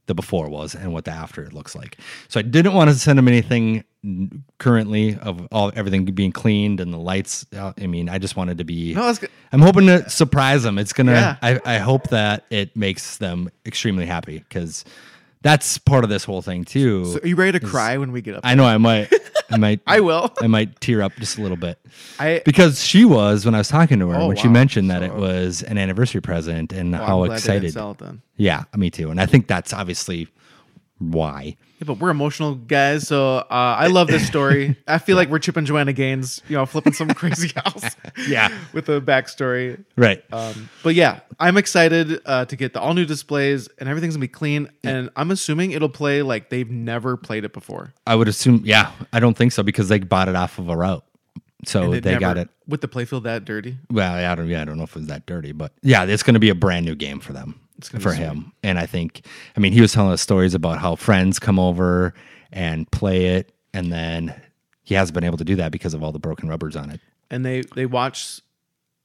S2: The before was and what the after it looks like. So I didn't want to send him anything n- currently of all everything being cleaned and the lights. uh, I mean, I just wanted to be.
S1: No, that's good.
S2: I'm hoping to surprise them. It's gonna.
S1: Yeah.
S2: I, I hope that it makes them extremely happy because that's part of this whole thing too.
S1: So are you ready to cry when we get up?
S2: I know I might,
S1: [LAUGHS]
S2: I might,
S1: I will.
S2: I might tear up just a little bit
S1: I
S2: because she was when I was talking to her
S1: Oh,
S2: when she
S1: wow.
S2: mentioned that
S1: So-
S2: it was an anniversary present and
S1: well,
S2: how
S1: I'm glad They didn't
S2: excited.
S1: sell it then.
S2: Yeah, uh, me too. And I think that's obviously why.
S1: Yeah, but we're emotional guys, so uh, I love this
S2: [LAUGHS]
S1: story. I feel like we're Chip and Joanna Gaines, you know, flipping some crazy house.
S2: Yeah.
S1: with a backstory.
S2: Right. Uh,
S1: Um, but yeah, I'm excited uh, to get the all new displays and everything's gonna be clean. And I'm assuming it'll play like they've never played it before.
S2: I would assume. Yeah, I don't think so because they bought it off of a route, so
S1: And
S2: they
S1: they'd
S2: got
S1: never-
S2: it.
S1: with the playfield that dirty.
S2: Well, I don't. Yeah, I don't know if it was that dirty, but yeah, it's going to be a brand new game for them. It's
S1: gonna be
S2: for him, and I think. I mean, he was telling us stories about how friends come over and play it, and then he hasn't been able to do that because of all the broken rubbers on it.
S1: And they they watch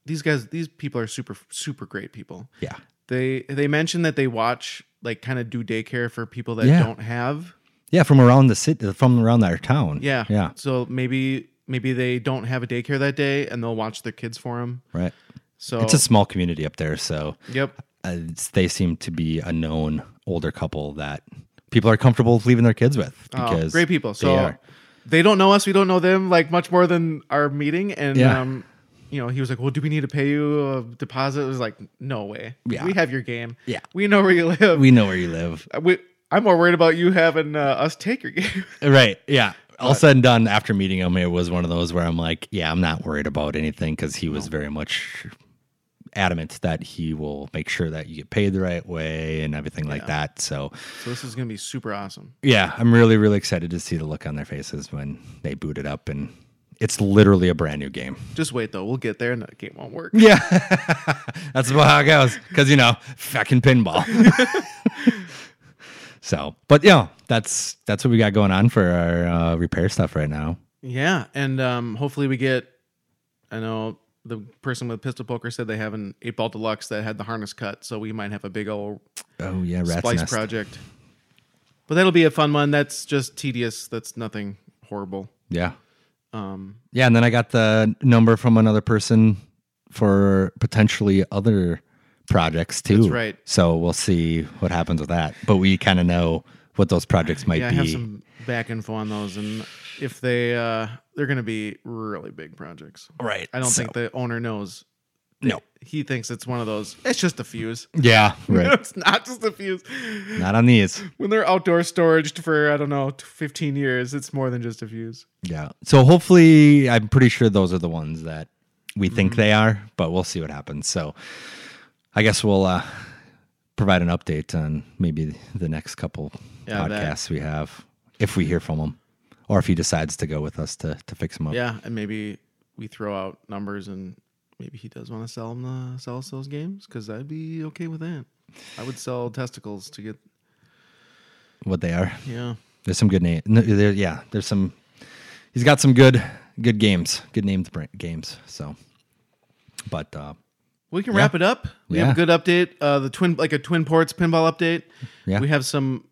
S1: these guys. These people are super super great people.
S2: Yeah,
S1: They they mentioned that they watch like kind of do daycare for people that
S2: Yeah.
S1: don't have.
S2: yeah, from around the city, from around our town.
S1: Yeah.
S2: yeah,
S1: So maybe maybe they don't have a daycare that day and they'll watch their kids for them.
S2: right.
S1: So
S2: It's a small community up there, so
S1: yep.
S2: uh, it's- they seem to be a known older couple that people are comfortable leaving their kids with
S1: Oh,
S2: because
S1: great people. So
S2: they
S1: they,
S2: are.
S1: don't know us. We don't know them like much more than our meeting. And
S2: Yeah.
S1: um, you know, he was like, "Well, do we need to pay you a deposit?" It was like, "No way.
S2: Yeah.
S1: We have your game.
S2: Yeah.
S1: we know where you live. Uh,
S2: we know where you live.
S1: we, I'm more worried about you having uh, us take your game.
S2: Right. Yeah.
S1: uh,
S2: All said and done, after meeting him, it was one of those where I'm like, yeah, I'm not worried about anything because he was very much adamant that he will make sure that you get paid the right way and everything like that. So,
S1: so this is gonna be super awesome.
S2: yeah, I'm really, really excited to see the look on their faces when they boot it up. And it's literally a brand new game.
S1: Just wait though, we'll get there and the game won't work.
S2: Yeah. [LAUGHS] That's about how it goes. Because, you know, fucking pinball. [LAUGHS] so, but yeah, that's that's what we got going on for our uh, repair stuff right now.
S1: Yeah, and um, hopefully we get. I know the person with pistol poker said they have an eight ball deluxe that had the harness cut, so we might have a big old
S2: Oh, yeah, Rat's
S1: Splice
S2: Nest.
S1: Project. But that'll be a fun one. That's just tedious. That's nothing horrible.
S2: Yeah.
S1: Um,
S2: Yeah, and then I got the number from another person for potentially other projects too.
S1: That's right.
S2: So we'll see what happens with that. But we kind of know what those projects might
S1: yeah, I
S2: be.
S1: have some back info on those, and if they uh, they're going to be really big projects.
S2: right.
S1: I don't
S2: so-
S1: think the owner knows.
S2: No.
S1: He thinks it's one of those. It's just a fuse.
S2: Yeah.
S1: [LAUGHS]
S2: Right.
S1: it's not just a fuse.
S2: Not on these.
S1: When they're outdoor storaged for I don't know t- 15 years, it's more than just a fuse.
S2: Yeah. So hopefully, I'm pretty sure those are the ones that we
S1: Mm-hmm.
S2: think they are, but we'll see what happens. So I guess we'll uh, provide an update on maybe the next couple
S1: Yeah, that-
S2: podcasts we have if we hear from him or if he decides to go with us to, to fix him up.
S1: Yeah, and maybe we throw out numbers, and maybe he does want to sell him the, sell us those games because I'd be okay with that. I would sell testicles to get
S2: What they are.
S1: yeah.
S2: There's some good name. no, there- yeah, there's some. He's got some good good games, good named bra- games. So, but uh,
S1: We can wrap it up. We have a
S2: Yeah.
S1: good update. Uh, the twin like a twin ports pinball update.
S2: Yeah.
S1: we have some.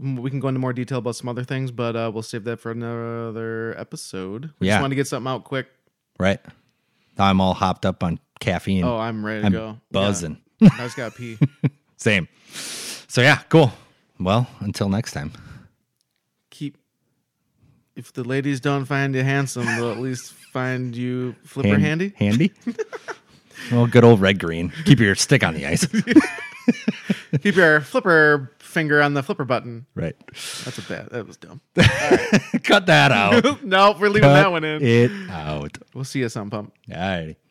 S1: We can go into more detail about some other things, but uh, we'll save that for another episode. We
S2: Yeah.
S1: just want to get something out quick.
S2: right, I'm all hopped up on caffeine,
S1: Oh, I'm ready to
S2: I'm
S1: go. Yeah.
S2: buzzing.
S1: I just got
S2: [LAUGHS]
S1: pee.
S2: Same. So yeah, cool. Well, until next time.
S1: Keep. If the ladies don't find you handsome, they'll at least find you flipper
S2: Hand-
S1: handy. [LAUGHS]
S2: Handy. well, good old red green. Keep your stick on
S1: [LAUGHS]
S2: the ice.
S1: Keep your flipper finger on the flipper button.
S2: right. [LAUGHS]
S1: That's a bad. That was dumb. [LAUGHS]
S2: Cut that out.
S1: no, we're leaving that one in.
S2: It out.
S1: We'll see you, Sun Pump.
S2: All righty.